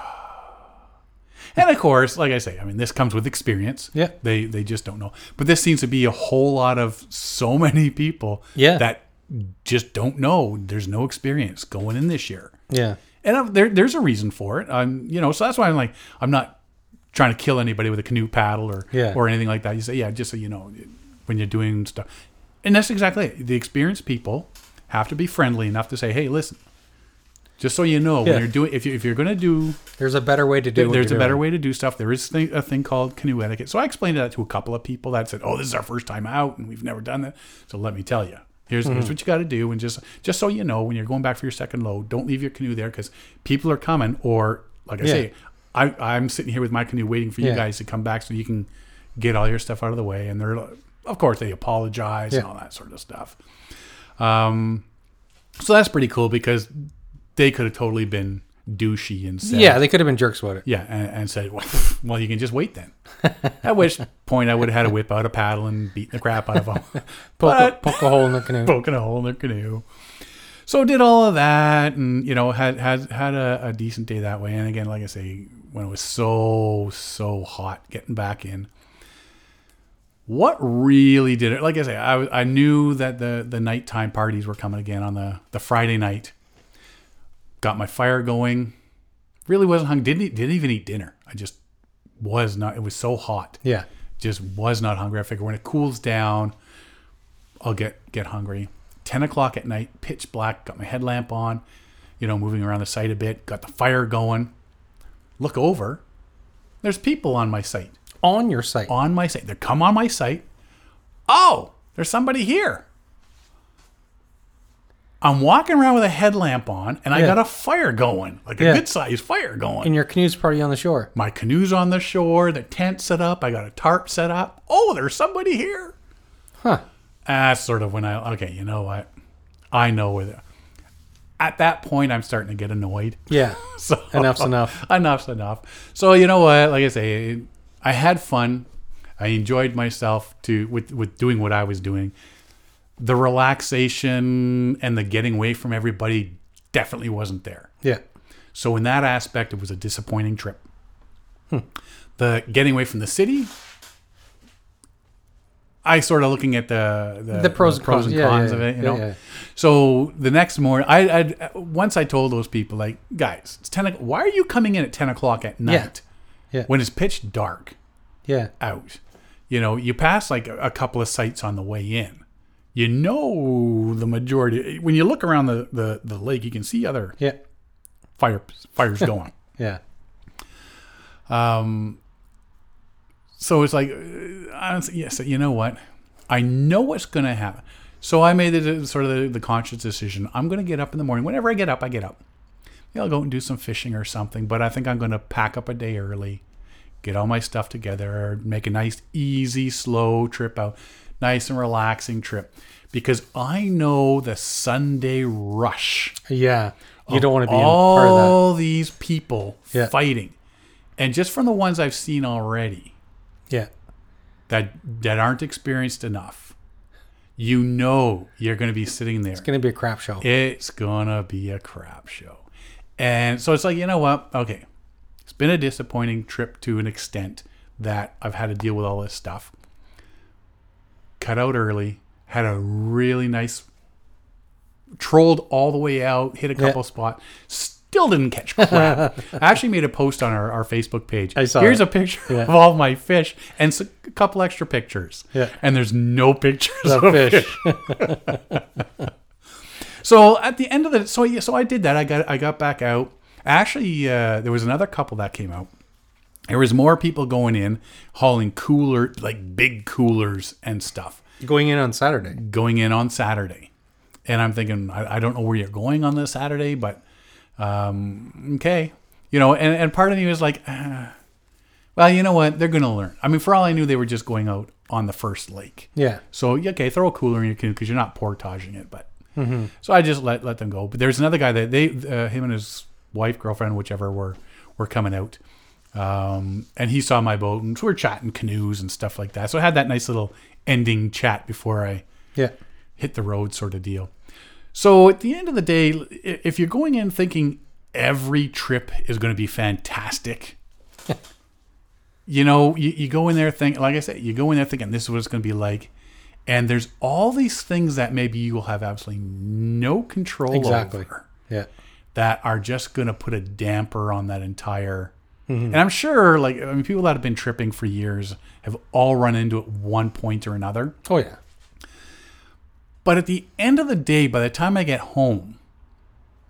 [SPEAKER 1] And of course, like I say, I mean, this comes with experience.
[SPEAKER 2] Yeah.
[SPEAKER 1] They they just don't know. But this seems to be a whole lot of so many people
[SPEAKER 2] Yeah.
[SPEAKER 1] that just don't know. There's no experience going in this year.
[SPEAKER 2] Yeah.
[SPEAKER 1] And I'm, there, there's a reason for it. I'm, you know, so that's why I'm like, I'm not trying to kill anybody with a canoe paddle or
[SPEAKER 2] Yeah.
[SPEAKER 1] or anything like that. You say, yeah, just so you know, when you're doing stuff, and that's exactly it. the experienced people have to be friendly enough to say, hey, listen, just so you know,
[SPEAKER 2] Yeah.
[SPEAKER 1] when you're doing, if you if you're gonna do,
[SPEAKER 2] There's a better way to do it.
[SPEAKER 1] there's a better way to do stuff. There is thing, a thing called canoe etiquette. So I explained that to a couple of people that said, oh, this is our first time out and we've never done that. So let me tell you. Here's,
[SPEAKER 2] Mm-hmm.
[SPEAKER 1] here's what you got to do, and just just so you know, when you're going back for your second load, don't leave your canoe there because people are coming. Or like I
[SPEAKER 2] Yeah.
[SPEAKER 1] say, I, I'm sitting here with my canoe waiting for you
[SPEAKER 2] Yeah.
[SPEAKER 1] guys to come back so you can get all your stuff out of the way. And they're, like- of course, they apologize and
[SPEAKER 2] Yeah.
[SPEAKER 1] all that sort of stuff. Um, so that's pretty cool because they could have totally been douchey and said,
[SPEAKER 2] Yeah, they could have been jerks about it.
[SPEAKER 1] yeah, and, and said, well, "Well, you can just wait then." At which point, I would have had to whip out a paddle and beat the crap out of them,
[SPEAKER 2] Poke, a-
[SPEAKER 1] But-
[SPEAKER 2] poke a hole in the canoe.
[SPEAKER 1] poking a hole in their canoe. So did all of that, and you know, had had had a, a decent day that way. And again, like I say, when it was so so hot, getting back in. What really did it? Like I say, I, w- I knew that the the nighttime parties were coming again on the the Friday night. Got my fire going. Really wasn't hung. Didn't eat, didn't even eat dinner. I just was not. It was so hot
[SPEAKER 2] Yeah.
[SPEAKER 1] just was not hungry. I figure when it cools down, I'll get get hungry. Ten o'clock at night, pitch black. Got my headlamp on, you know, moving around the site a bit. Got the fire going. Look over. There's people on my site.
[SPEAKER 2] On your site.
[SPEAKER 1] On my site. They come on my site. Oh, there's somebody here. I'm walking around with a headlamp on, and I
[SPEAKER 2] Yeah.
[SPEAKER 1] got a fire going, like a
[SPEAKER 2] Yeah.
[SPEAKER 1] good sized fire going
[SPEAKER 2] And your canoe's probably on the shore.
[SPEAKER 1] my canoe's on the shore, the tent set up, I got a tarp set up. Oh, there's somebody here.
[SPEAKER 2] Huh.
[SPEAKER 1] Ah, sort of when I okay, you know what? I know where the at that point I'm starting to get annoyed.
[SPEAKER 2] Yeah.
[SPEAKER 1] So
[SPEAKER 2] Enough's enough.
[SPEAKER 1] Enough's enough. So you know what? Like I say, it, I had fun. I enjoyed myself to with with doing what I was doing. The relaxation and the getting away from everybody definitely wasn't there.
[SPEAKER 2] Yeah.
[SPEAKER 1] So in that aspect, it was a disappointing trip. The getting away from the city. I sort of looking at the the,
[SPEAKER 2] The pros and cons. Yeah,
[SPEAKER 1] cons
[SPEAKER 2] yeah,
[SPEAKER 1] of it, you
[SPEAKER 2] yeah,
[SPEAKER 1] know.
[SPEAKER 2] yeah.
[SPEAKER 1] So the next morning, I I'd, once I told those people like, guys, it's ten. o'clock. Why are you coming in at ten o'clock at night?
[SPEAKER 2] Yeah.
[SPEAKER 1] When it's pitch dark
[SPEAKER 2] Yeah.
[SPEAKER 1] out. You know, you pass like a, a couple of sites on the way in. You know the majority when you look around the, the, the lake, you can see other
[SPEAKER 2] Yeah.
[SPEAKER 1] fire fires going.
[SPEAKER 2] Yeah.
[SPEAKER 1] Um, so it's like, uh, I don't, yes, you know what? I know what's going to happen. So I made the sort of the, the conscious decision. I'm going to get up in the morning. Whenever I get up, I get up. Maybe I'll go and do some fishing or something. But I think I'm going to pack up a day early, get all my stuff together, make a nice, easy, slow trip out, nice and relaxing trip, because I know the Sunday rush
[SPEAKER 2] Yeah. You don't want to be in
[SPEAKER 1] all
[SPEAKER 2] part of
[SPEAKER 1] these people
[SPEAKER 2] Yeah.
[SPEAKER 1] fighting, and just from the ones I've seen already
[SPEAKER 2] that. Yeah.
[SPEAKER 1] that that aren't experienced enough, you know you're going to be sitting there.
[SPEAKER 2] It's going to be a crap show.
[SPEAKER 1] It's gonna be a crap show, and so it's like you know what? Okay, it's been a disappointing trip to an extent that I've had to deal with all this stuff. Cut out early. Had a really nice trolled all the way out, hit a
[SPEAKER 2] Yeah.
[SPEAKER 1] couple spots, still didn't catch crap. I actually made a post on our, our Facebook page.
[SPEAKER 2] I saw
[SPEAKER 1] Here's
[SPEAKER 2] it.
[SPEAKER 1] a picture
[SPEAKER 2] Yeah.
[SPEAKER 1] of all my fish and s- a couple extra pictures.
[SPEAKER 2] Yeah.
[SPEAKER 1] And there's no pictures
[SPEAKER 2] The
[SPEAKER 1] of
[SPEAKER 2] fish.
[SPEAKER 1] so at the end of the so yeah, so I did that. I got I got back out. Actually, uh, there was another couple that came out. There was more people going in, hauling cooler like big coolers and stuff,
[SPEAKER 2] Going in on Saturday.
[SPEAKER 1] going in on Saturday. And I'm thinking, I, I don't know where you're going on this Saturday, but um, okay, you know. And, and part of me was like, ah, well, you know what? They're gonna learn. I mean, for all I knew, they were just going out on the first lake.
[SPEAKER 2] Yeah.
[SPEAKER 1] So yeah, okay, throw a cooler in your canoe because you're not portaging it. But so I just let let them go. But there's another guy that they uh, him and his wife, girlfriend, whichever were were coming out, um, and he saw my boat and so we're chatting canoes and stuff like that. So I had that nice little ending chat before I
[SPEAKER 2] Yeah.
[SPEAKER 1] hit the road sort of deal. So at the end of the day, i- if you're going in thinking every trip is going to be fantastic, you know, you, you go in there think like I said, you go in there thinking this is what it's going to be like, and there's all these things that maybe you will have absolutely no control
[SPEAKER 2] Exactly.
[SPEAKER 1] over
[SPEAKER 2] Yeah.
[SPEAKER 1] that are just going to put a damper on that entire. And I'm sure, like, I mean, people that have been tripping for years have all run into it one point or another.
[SPEAKER 2] Oh yeah.
[SPEAKER 1] But at the end of the day, by the time I get home,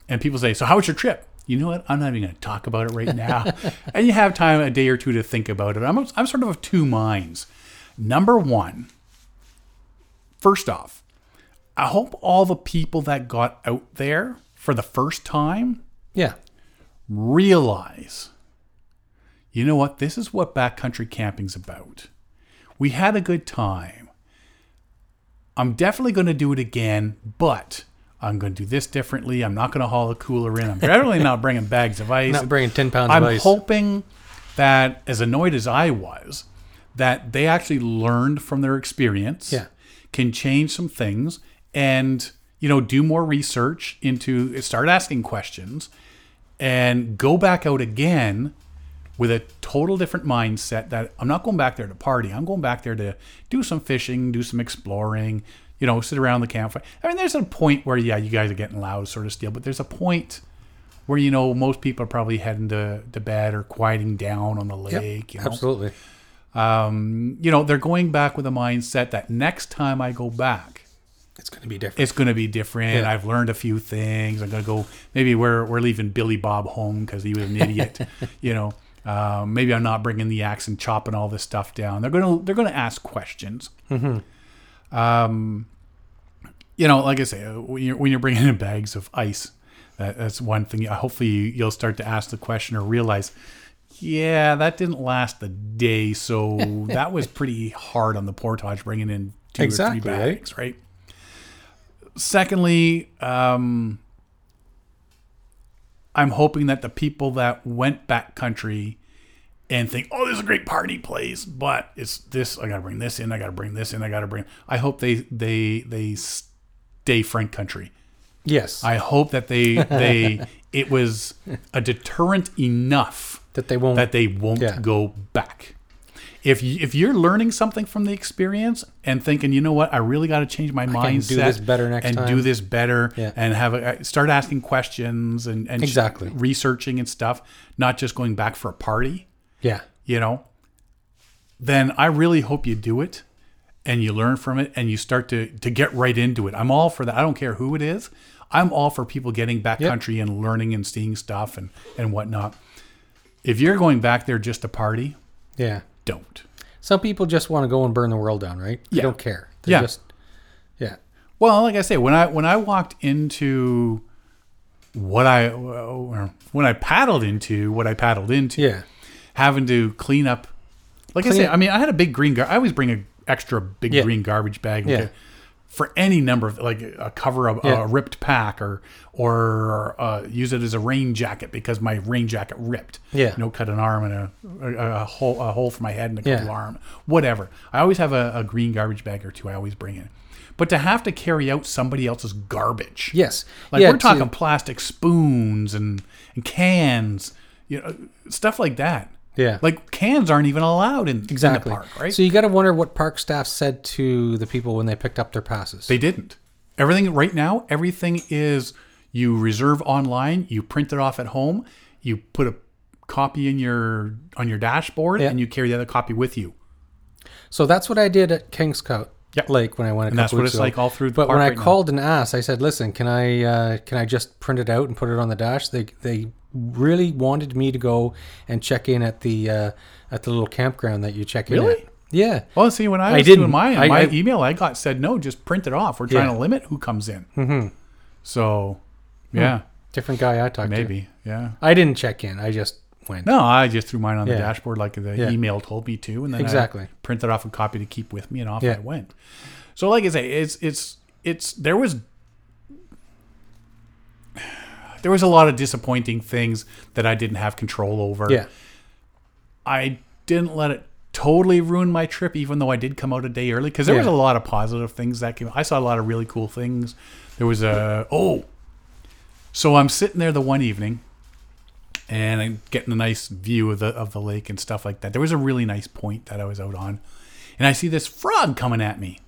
[SPEAKER 1] and people say, "So how was your trip?" You know what? I'm not even going to talk about it right now. and you have time a day or two to think about it. I'm I'm sort of of two minds. Number one, first off, I hope all the people that got out there for the first time
[SPEAKER 2] Yeah.
[SPEAKER 1] realize, you know what? This is what backcountry camping's about. We had a good time. I'm definitely going to do it again, but I'm going to do this differently. I'm not going to haul a cooler in. I'm definitely not bringing bags of ice.
[SPEAKER 2] Not bringing 10 pounds
[SPEAKER 1] I'm
[SPEAKER 2] of ice.
[SPEAKER 1] hoping that, as annoyed as I was, that they actually learned from their experience,
[SPEAKER 2] Yeah.
[SPEAKER 1] can change some things, and you know do more research into start asking questions, and go back out again with a total different mindset that I'm not going back there to party. I'm going back there to do some fishing, do some exploring, you know, sit around the campfire. I mean, there's a point where, yeah, you guys are getting loud, sort of still, but there's a point where, you know, most people are probably heading to, to bed or quieting down on the lake. you know?
[SPEAKER 2] Absolutely.
[SPEAKER 1] Um, you know, they're going back with a mindset that next time I go back,
[SPEAKER 2] It's going to be different.
[SPEAKER 1] it's going to be different.
[SPEAKER 2] Yeah.
[SPEAKER 1] I've learned a few things. I'm going to go. Maybe we're we're leaving Billy Bob home because he was an idiot. you know. Um, maybe I'm not bringing the axe and chopping all this stuff down. They're gonna they're gonna ask questions. Um, you know, like I say, uh, when you're when you're bringing in bags of ice, that, that's one thing. Uh, Hopefully, you, you'll start to ask the question or realize. Yeah, that didn't last the day, so that was pretty hard on the portage bringing in two or
[SPEAKER 2] Exactly,
[SPEAKER 1] three
[SPEAKER 2] right?
[SPEAKER 1] bags, right? secondly, um, I'm hoping that the people that went backcountry and think, "Oh, this is a great party place," but it's this. I gotta bring this in. I gotta bring this in. I gotta bring. I hope they they they stay front country.
[SPEAKER 2] yes.
[SPEAKER 1] I hope that they they it was a deterrent enough
[SPEAKER 2] that they won't.
[SPEAKER 1] that they won't
[SPEAKER 2] Yeah.
[SPEAKER 1] go back. If you, if you're learning something from the experience and thinking, you know what, I really got to change my mindset
[SPEAKER 2] can do this better next
[SPEAKER 1] and do
[SPEAKER 2] time."
[SPEAKER 1] this better
[SPEAKER 2] Yeah.
[SPEAKER 1] and have a, uh, start asking questions and, and sh-
[SPEAKER 2] Exactly.
[SPEAKER 1] researching and stuff, not just going back for a party,
[SPEAKER 2] yeah.
[SPEAKER 1] you know, then I really hope you do it and you learn from it and you start to to get right into it. I'm all for that. I don't care who it is. I'm all for people getting backcountry and learning and seeing stuff and and whatnot. If you're going back there just to party,
[SPEAKER 2] Yeah.
[SPEAKER 1] don't.
[SPEAKER 2] Some people just want to go and burn the world down, right? They
[SPEAKER 1] Yeah.
[SPEAKER 2] don't care. They
[SPEAKER 1] Yeah.
[SPEAKER 2] just Yeah.
[SPEAKER 1] Well, like I say, when I when I walked into what I or when I paddled into what I paddled into,
[SPEAKER 2] Yeah.
[SPEAKER 1] having to clean up. Like I
[SPEAKER 2] Clean
[SPEAKER 1] say,
[SPEAKER 2] up.
[SPEAKER 1] I mean, I had a big green. Gar- I always bring a extra big
[SPEAKER 2] Yeah.
[SPEAKER 1] green garbage bag
[SPEAKER 2] Yeah.
[SPEAKER 1] for any number of like a cover of
[SPEAKER 2] Yeah.
[SPEAKER 1] a ripped pack or or uh, use it as a rain jacket because my rain jacket ripped.
[SPEAKER 2] Yeah.
[SPEAKER 1] you know, cut an arm and a a, a hole a hole for my head and a
[SPEAKER 2] Yeah.
[SPEAKER 1] couple arm, whatever. I always have a, a green garbage bag or two. I always bring in. But to have to carry out somebody else's garbage,
[SPEAKER 2] Yes.
[SPEAKER 1] like
[SPEAKER 2] yeah,
[SPEAKER 1] we're
[SPEAKER 2] to-
[SPEAKER 1] talking plastic spoons and, and cans, you know, stuff like that.
[SPEAKER 2] Yeah.
[SPEAKER 1] Like cans aren't even allowed in, in
[SPEAKER 2] exactly.
[SPEAKER 1] the park, right?
[SPEAKER 2] So you got to wonder what park staff said to the people when they picked up their passes.
[SPEAKER 1] they didn't. Everything right now, everything is you reserve online, you print it off at home, you put a copy in your on your dashboard,
[SPEAKER 2] Yeah.
[SPEAKER 1] and you carry the other copy with you.
[SPEAKER 2] So that's what I did at Kingscote
[SPEAKER 1] Yep.
[SPEAKER 2] Lake when I went. A
[SPEAKER 1] And
[SPEAKER 2] couple
[SPEAKER 1] that's what
[SPEAKER 2] weeks
[SPEAKER 1] it's
[SPEAKER 2] ago.
[SPEAKER 1] like all through the
[SPEAKER 2] But
[SPEAKER 1] park
[SPEAKER 2] when I
[SPEAKER 1] right now.
[SPEAKER 2] called and asked, I said, "Listen, can I uh, can I just print it out and put it on the dash?" They they really wanted me to go and check in at the uh, at the little campground that you check in.
[SPEAKER 1] Really?
[SPEAKER 2] At. Yeah.
[SPEAKER 1] Well, see, when I was
[SPEAKER 2] didn't.
[SPEAKER 1] doing mine,
[SPEAKER 2] I-
[SPEAKER 1] my
[SPEAKER 2] I-
[SPEAKER 1] email I got said no, just print it off. We're trying
[SPEAKER 2] Yeah.
[SPEAKER 1] to limit who comes in. Mm-hmm. So, yeah,
[SPEAKER 2] Different guy I talked to.
[SPEAKER 1] maybe, yeah.
[SPEAKER 2] I didn't check in. I just went.
[SPEAKER 1] No, I just threw mine on the
[SPEAKER 2] Yeah.
[SPEAKER 1] dashboard like the
[SPEAKER 2] Yeah.
[SPEAKER 1] email told me to, and then I
[SPEAKER 2] Exactly.
[SPEAKER 1] printed off a copy to keep with me, and off
[SPEAKER 2] Yeah.
[SPEAKER 1] I went. So, like I say, it's it's it's there was there was a lot of disappointing things that I didn't have control over.
[SPEAKER 2] Yeah.
[SPEAKER 1] I didn't let it totally ruin my trip, even though I did come out a day early because there was a
[SPEAKER 2] Yeah.
[SPEAKER 1] lot of positive things that came. I saw a lot of really cool things. There was a oh, so I'm sitting there the one evening, and I'm getting a nice view of the of the lake and stuff like that. There was a really nice point that I was out on, and I see this frog coming at me,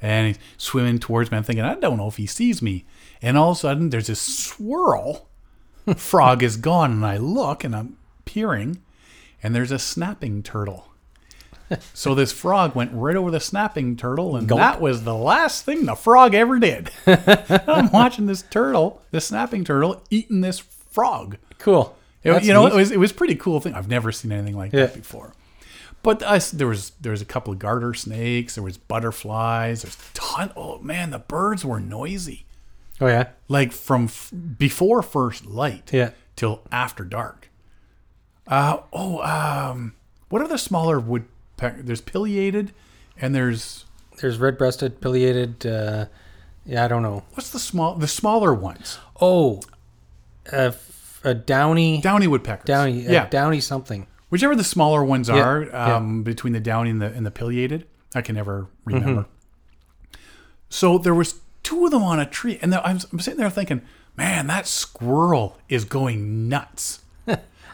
[SPEAKER 1] and he's swimming towards me. I'm thinking I don't know if he sees me, and all of a sudden there's this swirl. frog is gone, and I look and I'm peering, and there's a snapping turtle. So this frog went right over the snapping turtle, and
[SPEAKER 2] Gulp.
[SPEAKER 1] that was the last thing the frog ever did. I'm watching this turtle, this snapping turtle, eating this frog.
[SPEAKER 2] Cool.
[SPEAKER 1] It-
[SPEAKER 2] That's
[SPEAKER 1] you know,
[SPEAKER 2] neat.
[SPEAKER 1] it was it was pretty cool thing. I've never seen anything like that
[SPEAKER 2] Yeah.
[SPEAKER 1] before. But I s there was there was a couple of garter snakes. There was butterflies. There's ton. Oh man, the birds were noisy.
[SPEAKER 2] oh yeah,
[SPEAKER 1] Like from f- before first light
[SPEAKER 2] yeah.
[SPEAKER 1] till after dark. Uh, oh, um, what are the smaller woodpecker? There's pileated, and there's
[SPEAKER 2] There's red-breasted, pileated. Uh, yeah, I don't know.
[SPEAKER 1] what's the small the smaller ones?
[SPEAKER 2] Oh, a, f- a downy,
[SPEAKER 1] Downy woodpeckers.
[SPEAKER 2] downy, uh, a
[SPEAKER 1] yeah.
[SPEAKER 2] downy something.
[SPEAKER 1] Whichever the smaller ones
[SPEAKER 2] Yeah,
[SPEAKER 1] are,
[SPEAKER 2] yeah. Mm-hmm.
[SPEAKER 1] um, between the downy and the and the pileated, I can never remember. So there was two of them on a tree, and I'm, I'm sitting there thinking, man, that squirrel is going nuts.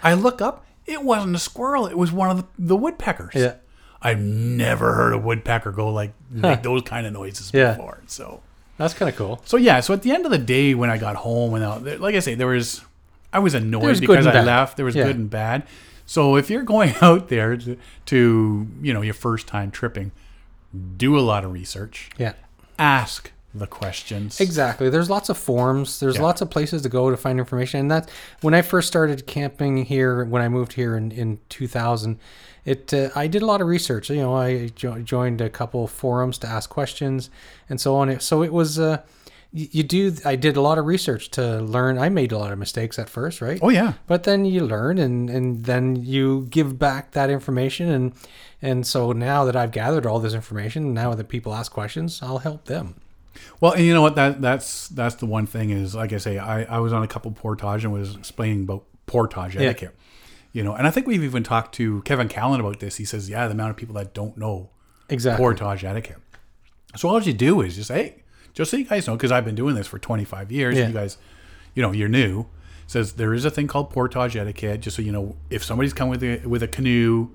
[SPEAKER 1] I look up, it wasn't a squirrel; it was one of the, the woodpeckers.
[SPEAKER 2] Yeah.
[SPEAKER 1] I've never heard a woodpecker go like make those kind of noises
[SPEAKER 2] Yeah.
[SPEAKER 1] before. So
[SPEAKER 2] That's kind of cool.
[SPEAKER 1] so yeah, so at the end of the day, when I got home and out, there- like I say, there was, I was annoyed
[SPEAKER 2] There's good
[SPEAKER 1] because
[SPEAKER 2] and
[SPEAKER 1] I
[SPEAKER 2] bad.
[SPEAKER 1] left. There was
[SPEAKER 2] Yeah.
[SPEAKER 1] good and bad. So if you're going out there to, to, you know, your first time tripping, do a lot of research.
[SPEAKER 2] Yeah,
[SPEAKER 1] Ask the questions.
[SPEAKER 2] exactly. There's lots of forums. There's
[SPEAKER 1] Yeah.
[SPEAKER 2] lots of places to go to find information. And that's when I first started camping here. When I moved here in in 2000, it uh, I did a lot of research. You know, I jo- joined a couple forums to ask questions and so on. So it was. Uh, y- you do. I did a lot of research to learn. I made a lot of mistakes at first, right?
[SPEAKER 1] Oh yeah.
[SPEAKER 2] but then you learn and and then you give back that information and and so now that i've gathered all this information now that people ask questions i'll help them
[SPEAKER 1] Well, and you know what? That that's that's the one thing is like I say, I, I was on a couple portage and was explaining about portage etiquette. You know, and I think we've even talked to Kevin Callan about this. He says, yeah, the amount of people that don't know
[SPEAKER 2] exactly
[SPEAKER 1] portage etiquette. So all you do is just hey, just so you guys know, because I've been doing this for 25 years.
[SPEAKER 2] Yeah.
[SPEAKER 1] You guys, you know, you're new. Says there is a thing called portage etiquette. Just so you know, if somebody's coming with a, with a canoe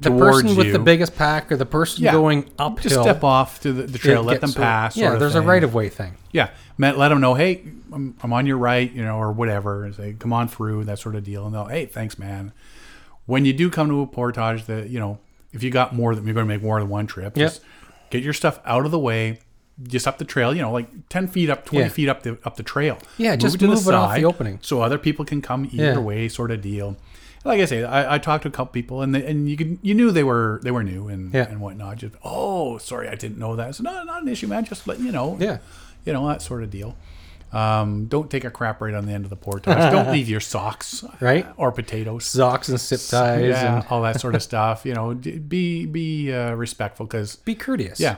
[SPEAKER 2] the
[SPEAKER 1] towards
[SPEAKER 2] person with
[SPEAKER 1] you,
[SPEAKER 2] the biggest pack or the person
[SPEAKER 1] Yeah.
[SPEAKER 2] going uphill
[SPEAKER 1] just step off to the, the trail,
[SPEAKER 2] it
[SPEAKER 1] let them
[SPEAKER 2] gets-
[SPEAKER 1] pass.
[SPEAKER 2] yeah
[SPEAKER 1] sort of
[SPEAKER 2] there's
[SPEAKER 1] thing.
[SPEAKER 2] a right of way thing
[SPEAKER 1] Yeah, Matt, let them know, hey, I'm, I'm on your right, you know, or whatever. and Say, come on through, that sort of deal. And they'll, hey, thanks, man. When you do come to a portage, that you know, if you got more than you're going to make more than one trip,
[SPEAKER 2] Yep.
[SPEAKER 1] just get your stuff out of the way, just up the trail. You know, like ten feet up, twenty
[SPEAKER 2] Yeah.
[SPEAKER 1] feet up the up the trail.
[SPEAKER 2] Yeah, just move it off the opening.
[SPEAKER 1] so other people can come either
[SPEAKER 2] Yeah.
[SPEAKER 1] way, sort of deal. Like I say, I, I talked to a couple people, and they, and you could you knew they were they were new and
[SPEAKER 2] Yeah.
[SPEAKER 1] and whatnot. Just oh, sorry, I didn't know that. So no, not an issue, man. Just letting you know
[SPEAKER 2] Yeah.
[SPEAKER 1] you know that sort of deal. Um, don't take a crap right on the end of the portage. don't leave your socks,
[SPEAKER 2] Right.
[SPEAKER 1] or potatoes,
[SPEAKER 2] zocks and sip ties
[SPEAKER 1] yeah,
[SPEAKER 2] and
[SPEAKER 1] all that sort of stuff. You know, d- be be uh, respectful because
[SPEAKER 2] be courteous
[SPEAKER 1] yeah.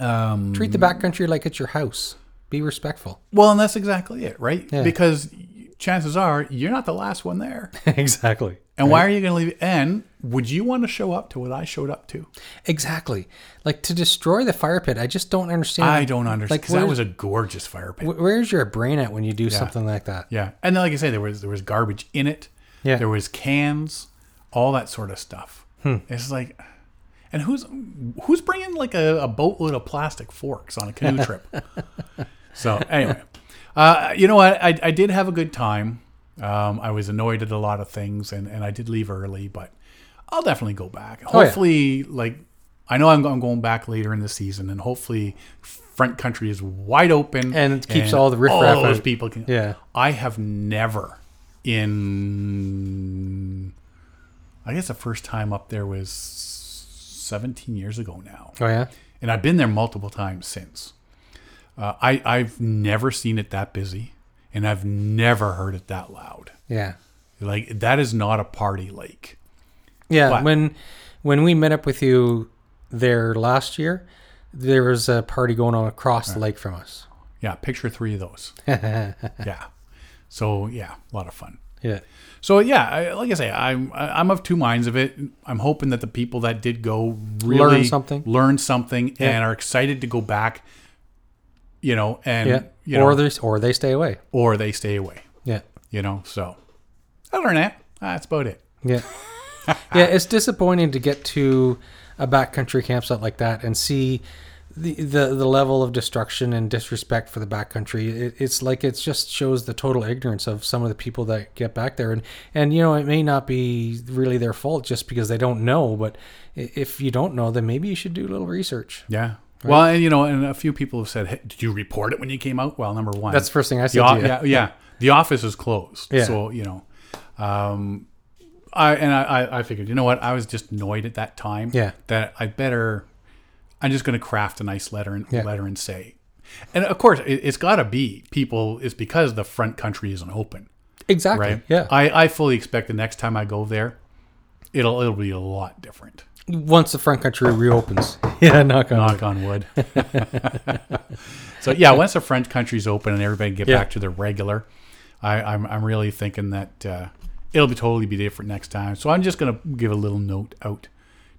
[SPEAKER 1] Um,
[SPEAKER 2] treat the backcountry like it's your house be respectful
[SPEAKER 1] well, and that's exactly it, right?
[SPEAKER 2] Yeah.
[SPEAKER 1] Because chances are you're not the last one there,
[SPEAKER 2] exactly
[SPEAKER 1] and why are you going to leave? And would you want to show up to what I showed up to?
[SPEAKER 2] exactly like to destroy the fire pit i just don't understand
[SPEAKER 1] I don't understand
[SPEAKER 2] like,
[SPEAKER 1] because that
[SPEAKER 2] where's-
[SPEAKER 1] was a gorgeous fire pit.
[SPEAKER 2] wh- where's your brain at when you do something like that
[SPEAKER 1] Yeah, and then, like I say, there was there was garbage in it.
[SPEAKER 2] Yeah.
[SPEAKER 1] there was cans, all that sort of stuff.
[SPEAKER 2] Hmm.
[SPEAKER 1] It's like, and who's who's bringing like a, a boatload of plastic forks on a canoe trip? so anyway, uh, you know what? I, I did have a good time. Um, I was annoyed at a lot of things, and and I did leave early, but I'll definitely go back.
[SPEAKER 2] Oh, yeah.
[SPEAKER 1] Hopefully, like. I know I'm, I'm going back later in the season, and hopefully, front country is wide open
[SPEAKER 2] And it keeps all the riffraff
[SPEAKER 1] All those
[SPEAKER 2] out.
[SPEAKER 1] people can.
[SPEAKER 2] Yeah.
[SPEAKER 1] I have never in I guess the first time up there was 17 years ago now.
[SPEAKER 2] Oh yeah.
[SPEAKER 1] And I've been there multiple times since. Uh, I I've never seen it that busy and I've never heard it that loud.
[SPEAKER 2] Yeah.
[SPEAKER 1] Like that is not a party lake.
[SPEAKER 2] Yeah.
[SPEAKER 1] But-
[SPEAKER 2] when when we met up with you there last year, there was a party going on across the lake from us.
[SPEAKER 1] Yeah, picture 3 of those. yeah. So, yeah, a lot of fun.
[SPEAKER 2] Yeah.
[SPEAKER 1] So yeah, I, like I say, I'm I- I'm of two minds of it. I'm hoping that the people that did go really
[SPEAKER 2] Learn something.
[SPEAKER 1] learn something,
[SPEAKER 2] Yeah.
[SPEAKER 1] and are excited to go back. You know, and
[SPEAKER 2] Yeah.
[SPEAKER 1] you know,
[SPEAKER 2] or they or they stay away.
[SPEAKER 1] or they stay away.
[SPEAKER 2] Yeah.
[SPEAKER 1] You know, so Other than that, that's about it.
[SPEAKER 2] Yeah. yeah, it's disappointing to get to a backcountry campsite like that and see the, the the level of destruction and disrespect for the backcountry. It, it's like it just shows the total ignorance of some of the people that get back there, and and you know it may not be really their fault just because they don't know. But i- if you don't know, then maybe you should do a little research.
[SPEAKER 1] Yeah. Well, and you know, and a few people have said, hey, "Did you report it when you came out?" Well, number one,
[SPEAKER 2] That's the first thing I
[SPEAKER 1] the
[SPEAKER 2] said.
[SPEAKER 1] o-
[SPEAKER 2] to you.
[SPEAKER 1] yeah, yeah. The office is closed,
[SPEAKER 2] Yeah.
[SPEAKER 1] so you know, um, I and I, I- I figured, you know what, I was just annoyed at that time.
[SPEAKER 2] Yeah.
[SPEAKER 1] that I better. I'm just going to craft a nice letter and
[SPEAKER 2] Yeah.
[SPEAKER 1] letter and say, and of course, it, it's got to be people. It's because the front country isn't open,
[SPEAKER 2] exactly.
[SPEAKER 1] right?
[SPEAKER 2] Yeah,
[SPEAKER 1] I, I fully expect the next time I go there, it'll it'll be a lot different.
[SPEAKER 2] once the front country reopens. yeah, knock on. wood.
[SPEAKER 1] Knock on wood. so yeah, once the French country's open and everybody can get
[SPEAKER 2] Yeah.
[SPEAKER 1] back to their regular, I, I'm I'm really thinking that uh, it'll be totally be different next time. So I'm just gonna give a little note out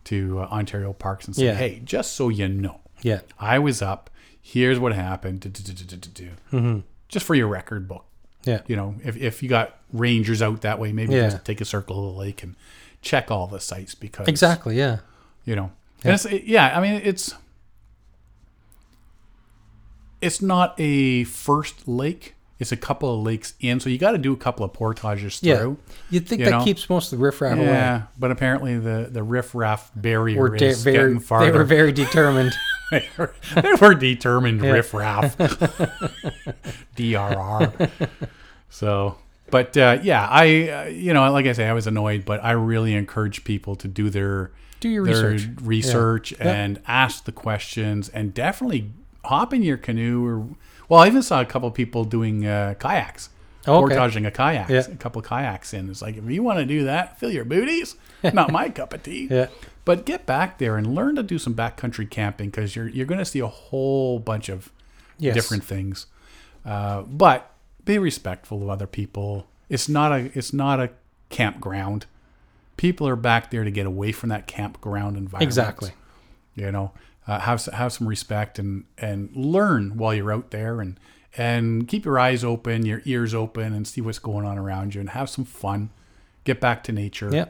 [SPEAKER 1] to uh, Ontario Parks and say,
[SPEAKER 2] Yeah.
[SPEAKER 1] hey, just so you know,
[SPEAKER 2] Yeah,
[SPEAKER 1] I was up. Here's what happened. Mm-hmm. Just for your record book,
[SPEAKER 2] yeah,
[SPEAKER 1] you know, if if you got rangers out that way, maybe
[SPEAKER 2] Yeah.
[SPEAKER 1] just take a circle of the lake and check all the sites because
[SPEAKER 2] exactly. Yeah,
[SPEAKER 1] you know yeah. And it's, yeah i mean it's it's not a first lake it's a couple of lakes in so you got to do a couple of portages
[SPEAKER 2] yeah.
[SPEAKER 1] through
[SPEAKER 2] You'd think
[SPEAKER 1] You
[SPEAKER 2] that
[SPEAKER 1] know?
[SPEAKER 2] keeps most of the riffraff
[SPEAKER 1] yeah,
[SPEAKER 2] away.
[SPEAKER 1] but apparently the the riffraff barrier
[SPEAKER 2] Were de-
[SPEAKER 1] is
[SPEAKER 2] very,
[SPEAKER 1] getting farther
[SPEAKER 2] they were very determined.
[SPEAKER 1] they were, they were determined riffraff. DRR. So, but uh, yeah, I uh, you know, like I say, I was annoyed, but I really encourage people to do their
[SPEAKER 2] Do your
[SPEAKER 1] their
[SPEAKER 2] research.
[SPEAKER 1] research and ask the questions, and definitely hop in your canoe or. Well, I even saw a couple people doing uh, kayaks,
[SPEAKER 2] Oh, okay.
[SPEAKER 1] portaging a kayak,
[SPEAKER 2] Yeah.
[SPEAKER 1] a couple kayaks in. It's like if you want to do that, fill your booties. Not my cup of tea.
[SPEAKER 2] Yeah.
[SPEAKER 1] But get back there and learn to do some backcountry camping because you're you're going to see a whole bunch of
[SPEAKER 2] Yes.
[SPEAKER 1] different things. Uh, but be respectful of other people. It's not a it's not a campground. People are back there to get away from that campground environment.
[SPEAKER 2] Exactly.
[SPEAKER 1] You know, uh, have s- have some respect and and learn while you're out there and and keep your eyes open, your ears open, and see what's going on around you and have some fun. Get back to nature.
[SPEAKER 2] Yeah.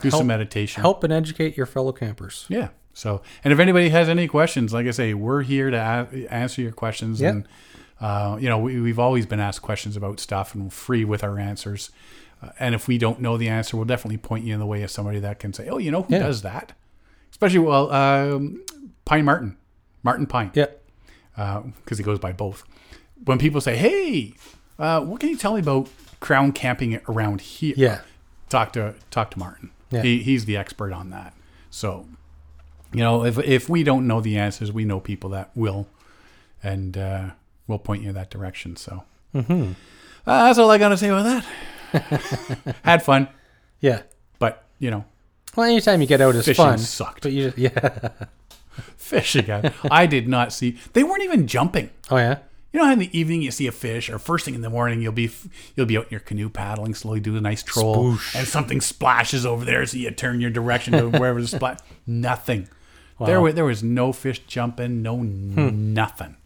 [SPEAKER 1] Do
[SPEAKER 2] Help-
[SPEAKER 1] some meditation.
[SPEAKER 2] Help and educate your fellow campers.
[SPEAKER 1] Yeah. So, and if anybody has any questions, like I say, we're here to a- answer your questions.
[SPEAKER 2] Yeah.
[SPEAKER 1] And, uh, you know, we, we've always been asked questions about stuff and we're free with our answers. Uh, and if we don't know the answer, we'll definitely point you in the way of somebody that can say, oh, you know, who
[SPEAKER 2] Yeah.
[SPEAKER 1] does that? Especially, well, um, Pine Martin, Martin Pine,
[SPEAKER 2] Yeah.
[SPEAKER 1] because he goes by both. When people say, hey, uh, what can you tell me about crown camping around here?
[SPEAKER 2] Yeah.
[SPEAKER 1] talk to talk to Martin.
[SPEAKER 2] Yeah.
[SPEAKER 1] He, he's the expert on that. So, you know, if if we don't know the answers, we know people that will, and uh, we'll point you in that direction. So, uh, that's all I got to say about that. Had fun,
[SPEAKER 2] Yeah.
[SPEAKER 1] but you know,
[SPEAKER 2] Well, anytime you get out is
[SPEAKER 1] fishing
[SPEAKER 2] fun.
[SPEAKER 1] sucked.
[SPEAKER 2] But you just, yeah.
[SPEAKER 1] Fishing, I- I did not see. They weren't even jumping.
[SPEAKER 2] Oh yeah.
[SPEAKER 1] You know, how in the evening you see a fish, or first thing in the morning you'll be you'll be out in your canoe paddling, slowly do a nice troll, and something splashes over there, so you turn your direction to wherever the splash. Nothing. There was there was no fish jumping, no
[SPEAKER 2] Hmm.
[SPEAKER 1] nothing.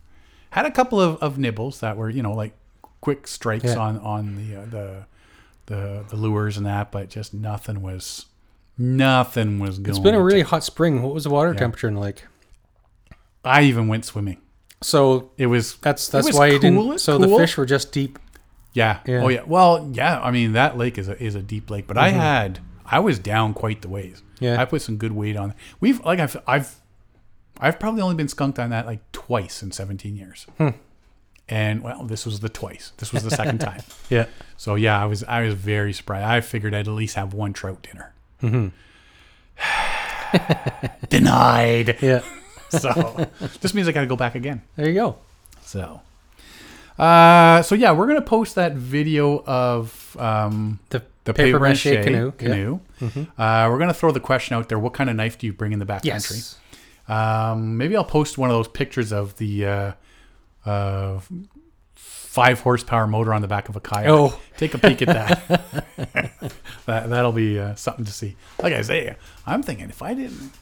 [SPEAKER 1] Had a couple of, of nibbles that were you know like quick strikes
[SPEAKER 2] Yeah.
[SPEAKER 1] on on the, uh, the the the lures and that, but just nothing was nothing was going.
[SPEAKER 2] It's been a really hot spring. What was the water temperature in the lake?
[SPEAKER 1] I even went swimming.
[SPEAKER 2] So
[SPEAKER 1] It was
[SPEAKER 2] that's
[SPEAKER 1] it
[SPEAKER 2] that's
[SPEAKER 1] was
[SPEAKER 2] why you
[SPEAKER 1] cool,
[SPEAKER 2] didn't.
[SPEAKER 1] it's
[SPEAKER 2] So the
[SPEAKER 1] cool.
[SPEAKER 2] fish were just deep.
[SPEAKER 1] Yeah.
[SPEAKER 2] Yeah.
[SPEAKER 1] Oh yeah. Well, yeah. I mean, that lake is a is a deep lake, but I had I was down quite the ways.
[SPEAKER 2] Yeah.
[SPEAKER 1] I put some good weight on. We've like I've I've I've probably only been skunked on that like twice in 17 years. And well, this was the twice. This was the second time.
[SPEAKER 2] Yeah.
[SPEAKER 1] So yeah, I was I was very surprised. I figured I'd at least have one trout dinner. Denied.
[SPEAKER 2] Yeah.
[SPEAKER 1] So this means I got to go back again.
[SPEAKER 2] There you go.
[SPEAKER 1] So, uh, so yeah, we're gonna post that video of um,
[SPEAKER 2] The,
[SPEAKER 1] the
[SPEAKER 2] paper mache canoe. Yeah. Mm-hmm.
[SPEAKER 1] canoe. Uh, we're gonna throw the question out there: What kind of knife do you bring in the backcountry?
[SPEAKER 2] Yes.
[SPEAKER 1] Um, maybe I'll post one of those pictures of the uh, uh, five horsepower motor on the back of a kayak.
[SPEAKER 2] Oh.
[SPEAKER 1] take a peek at that. that that'll be uh, something to see. Like I say, I'm thinking if I didn't,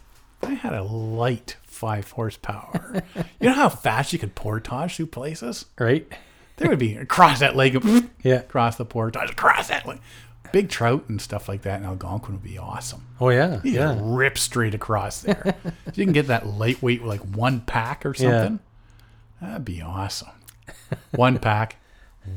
[SPEAKER 1] if I had a light five horsepower. you know how fast you could portage through places.
[SPEAKER 2] Right.
[SPEAKER 1] There would be across that lake,
[SPEAKER 2] Yeah.
[SPEAKER 1] across the portage, across that lake. Big trout and stuff like that in Algonquin would be awesome.
[SPEAKER 2] Oh yeah,
[SPEAKER 1] You
[SPEAKER 2] yeah.
[SPEAKER 1] just Rip straight across there. so you can get that lightweight like one pack or
[SPEAKER 2] Yeah.
[SPEAKER 1] something. That'd be awesome. One pack,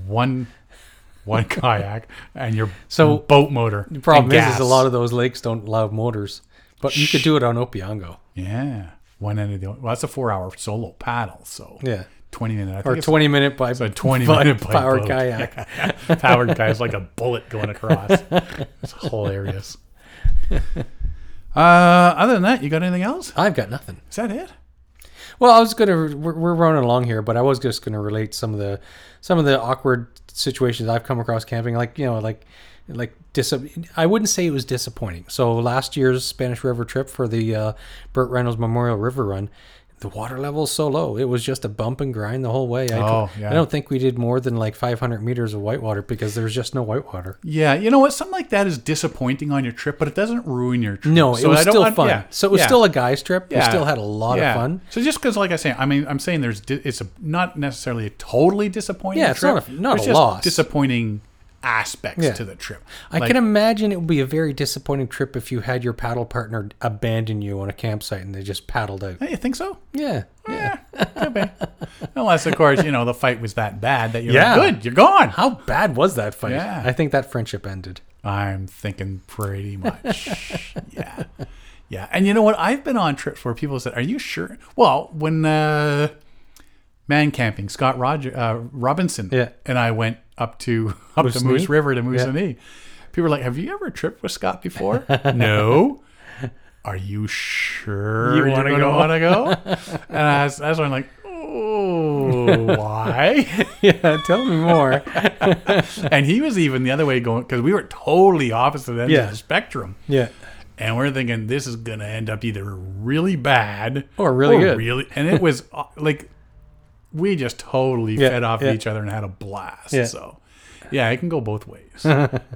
[SPEAKER 1] one one kayak, and your
[SPEAKER 2] So,
[SPEAKER 1] boat motor.
[SPEAKER 2] The problem is, is a lot of those lakes don't allow motors, but you could do it on Opiango.
[SPEAKER 1] Yeah. One end of the well, that's a four hour solo paddle, so
[SPEAKER 2] Yeah,
[SPEAKER 1] twenty minute I think
[SPEAKER 2] or
[SPEAKER 1] it's
[SPEAKER 2] twenty minute by
[SPEAKER 1] a twenty
[SPEAKER 2] by
[SPEAKER 1] minute by
[SPEAKER 2] power
[SPEAKER 1] boat.
[SPEAKER 2] kayak.
[SPEAKER 1] powered guy is like a bullet going across. It's hilarious. Uh, other than that, you got anything else?
[SPEAKER 2] I've got nothing.
[SPEAKER 1] Is that it?
[SPEAKER 2] Well, I was gonna we're, we're running along here, but I was just gonna relate some of the some of the awkward situations I've come across camping, like you know, like like dis- I wouldn't say it was disappointing. So last year's Spanish River trip for the uh, Burt Reynolds Memorial River Run, the water level is so low, it was just a bump and grind the whole way. I,
[SPEAKER 1] Oh, yeah.
[SPEAKER 2] I don't think we did more than like 500 meters of whitewater because there's just no whitewater.
[SPEAKER 1] Yeah, you know what? Something like that is disappointing on your trip, but it doesn't ruin your trip.
[SPEAKER 2] No, it
[SPEAKER 1] So
[SPEAKER 2] was
[SPEAKER 1] I don't
[SPEAKER 2] still
[SPEAKER 1] want-
[SPEAKER 2] fun.
[SPEAKER 1] yeah,
[SPEAKER 2] So it was
[SPEAKER 1] yeah,
[SPEAKER 2] still a guy's trip. We
[SPEAKER 1] yeah,
[SPEAKER 2] still had a lot
[SPEAKER 1] yeah.
[SPEAKER 2] of fun.
[SPEAKER 1] So just because, like I say, I mean, I'm saying there's di- it's a, not necessarily a totally disappointing.
[SPEAKER 2] Yeah, it's
[SPEAKER 1] trip.
[SPEAKER 2] not a- not
[SPEAKER 1] There's
[SPEAKER 2] a
[SPEAKER 1] just
[SPEAKER 2] loss.
[SPEAKER 1] Disappointing aspects
[SPEAKER 2] Yeah.
[SPEAKER 1] to the trip.
[SPEAKER 2] I
[SPEAKER 1] Like,
[SPEAKER 2] can imagine it would be a very disappointing trip if you had your paddle partner abandon you on a campsite and they just paddled out.
[SPEAKER 1] Hey, you think so?
[SPEAKER 2] Yeah. yeah.
[SPEAKER 1] Could be. Unless, of course, you know the fight was that bad that you're
[SPEAKER 2] Yeah.
[SPEAKER 1] like, good, you're gone.
[SPEAKER 2] How bad was that fight?
[SPEAKER 1] Yeah.
[SPEAKER 2] I think that friendship ended.
[SPEAKER 1] I'm thinking pretty much. yeah. Yeah. And you know what? I've been on trips where people said, Are you sure? Well, when uh man camping, Scott Roger uh, Robinson
[SPEAKER 2] Yeah.
[SPEAKER 1] and I went up to up to
[SPEAKER 2] Moosonee?
[SPEAKER 1] Moose River to Moose People were like, Have you ever tripped with Scott before? no. Are you sure
[SPEAKER 2] You wanna go?
[SPEAKER 1] want to go? and I was, that's when I'm like, oh, why?
[SPEAKER 2] Yeah, tell me more.
[SPEAKER 1] and he was even the other way going because we were totally opposite ends
[SPEAKER 2] Yeah.
[SPEAKER 1] of the spectrum.
[SPEAKER 2] yeah.
[SPEAKER 1] and we're thinking this is gonna end up either really bad
[SPEAKER 2] Or really good.
[SPEAKER 1] really. And it was uh, like we just totally
[SPEAKER 2] Yeah,
[SPEAKER 1] fed off
[SPEAKER 2] yeah.
[SPEAKER 1] each other and had a blast.
[SPEAKER 2] Yeah.
[SPEAKER 1] So yeah, it can go both ways,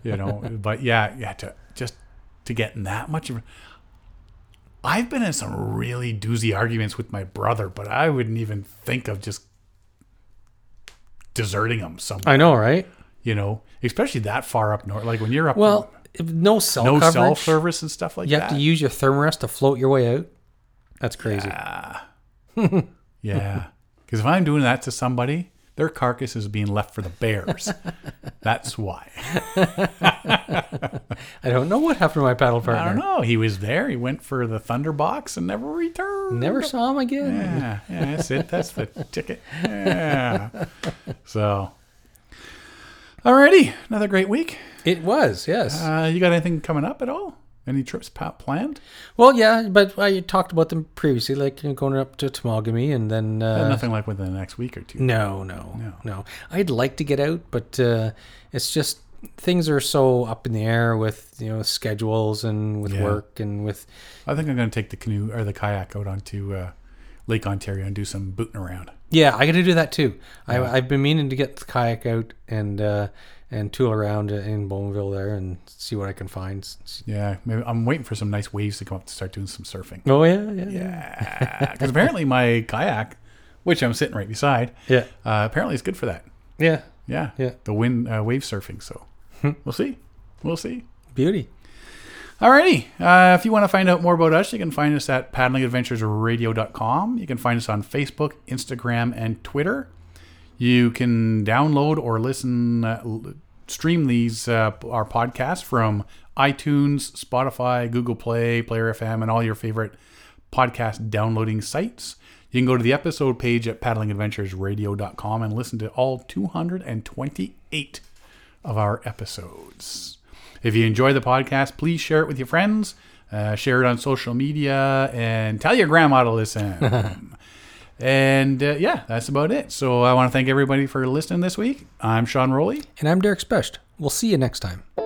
[SPEAKER 1] you know. But yeah, yeah, to just to get in that much. of I've been in some really doozy arguments with my brother, but I wouldn't even think of just deserting him somewhere.
[SPEAKER 2] I know, right?
[SPEAKER 1] you know, especially that far up north. Like when you're up
[SPEAKER 2] Well, if no cell
[SPEAKER 1] no
[SPEAKER 2] coverage.
[SPEAKER 1] cell service and stuff like
[SPEAKER 2] you
[SPEAKER 1] that.
[SPEAKER 2] have to use your thermarest to float your way out. That's crazy.
[SPEAKER 1] Yeah. Because if I'm doing that to somebody, their carcass is being left for the bears. That's why.
[SPEAKER 2] I don't know what happened to my paddle partner.
[SPEAKER 1] I don't know. He was there. He went for the Thunderbox and never returned.
[SPEAKER 2] Never saw him again.
[SPEAKER 1] Yeah. Yeah. That's it. That's the ticket. Yeah. So. Alrighty. Another great week.
[SPEAKER 2] It was, yes.
[SPEAKER 1] Uh, you got anything coming up at all? Any trips pa- planned?
[SPEAKER 2] well, yeah, but I talked about them previously, like you know, going up to Tamagami and then. Uh,
[SPEAKER 1] Nothing like within the next week or two.
[SPEAKER 2] No, no, no, I'd like to get out, but uh, it's just things are so up in the air with you know schedules and with
[SPEAKER 1] Yeah.
[SPEAKER 2] work and with
[SPEAKER 1] I think I'm going to take the canoe or the kayak out onto uh, Lake Ontario and do some booting around.
[SPEAKER 2] yeah. I got to do that too. I, I've been meaning to get the kayak out and uh, and tool around in Bowmanville there and see what I can find. S-
[SPEAKER 1] Yeah, maybe I'm waiting for some nice waves to come up to start doing some surfing.
[SPEAKER 2] Oh yeah, yeah, yeah.
[SPEAKER 1] Yeah, because apparently my kayak, which I'm sitting right beside,
[SPEAKER 2] yeah.
[SPEAKER 1] uh, apparently it's good for that.
[SPEAKER 2] yeah.
[SPEAKER 1] Yeah,
[SPEAKER 2] Yeah.
[SPEAKER 1] the wind uh, wave surfing. So we'll see, we'll see.
[SPEAKER 2] Beauty.
[SPEAKER 1] Alrighty. Uh, if you want to find out more about us, you can find us at paddlingadventuresradio.com. You can find us on Facebook, Instagram, and Twitter. You can download or listen, uh, l- stream these uh, our podcasts from iTunes, Spotify, Google Play, Player FM, and all your favorite podcast downloading sites. You can go to the episode page at paddlingadventuresradio.com and listen to all 228 of our episodes. If you enjoy the podcast, please share it with your friends, uh, share it on social media, and tell your grandma to listen. and uh, yeah, that's about it. So I want to thank everybody for listening this week. I'm Sean Rowley.
[SPEAKER 2] And I'm Derek Specht. We'll see you next time.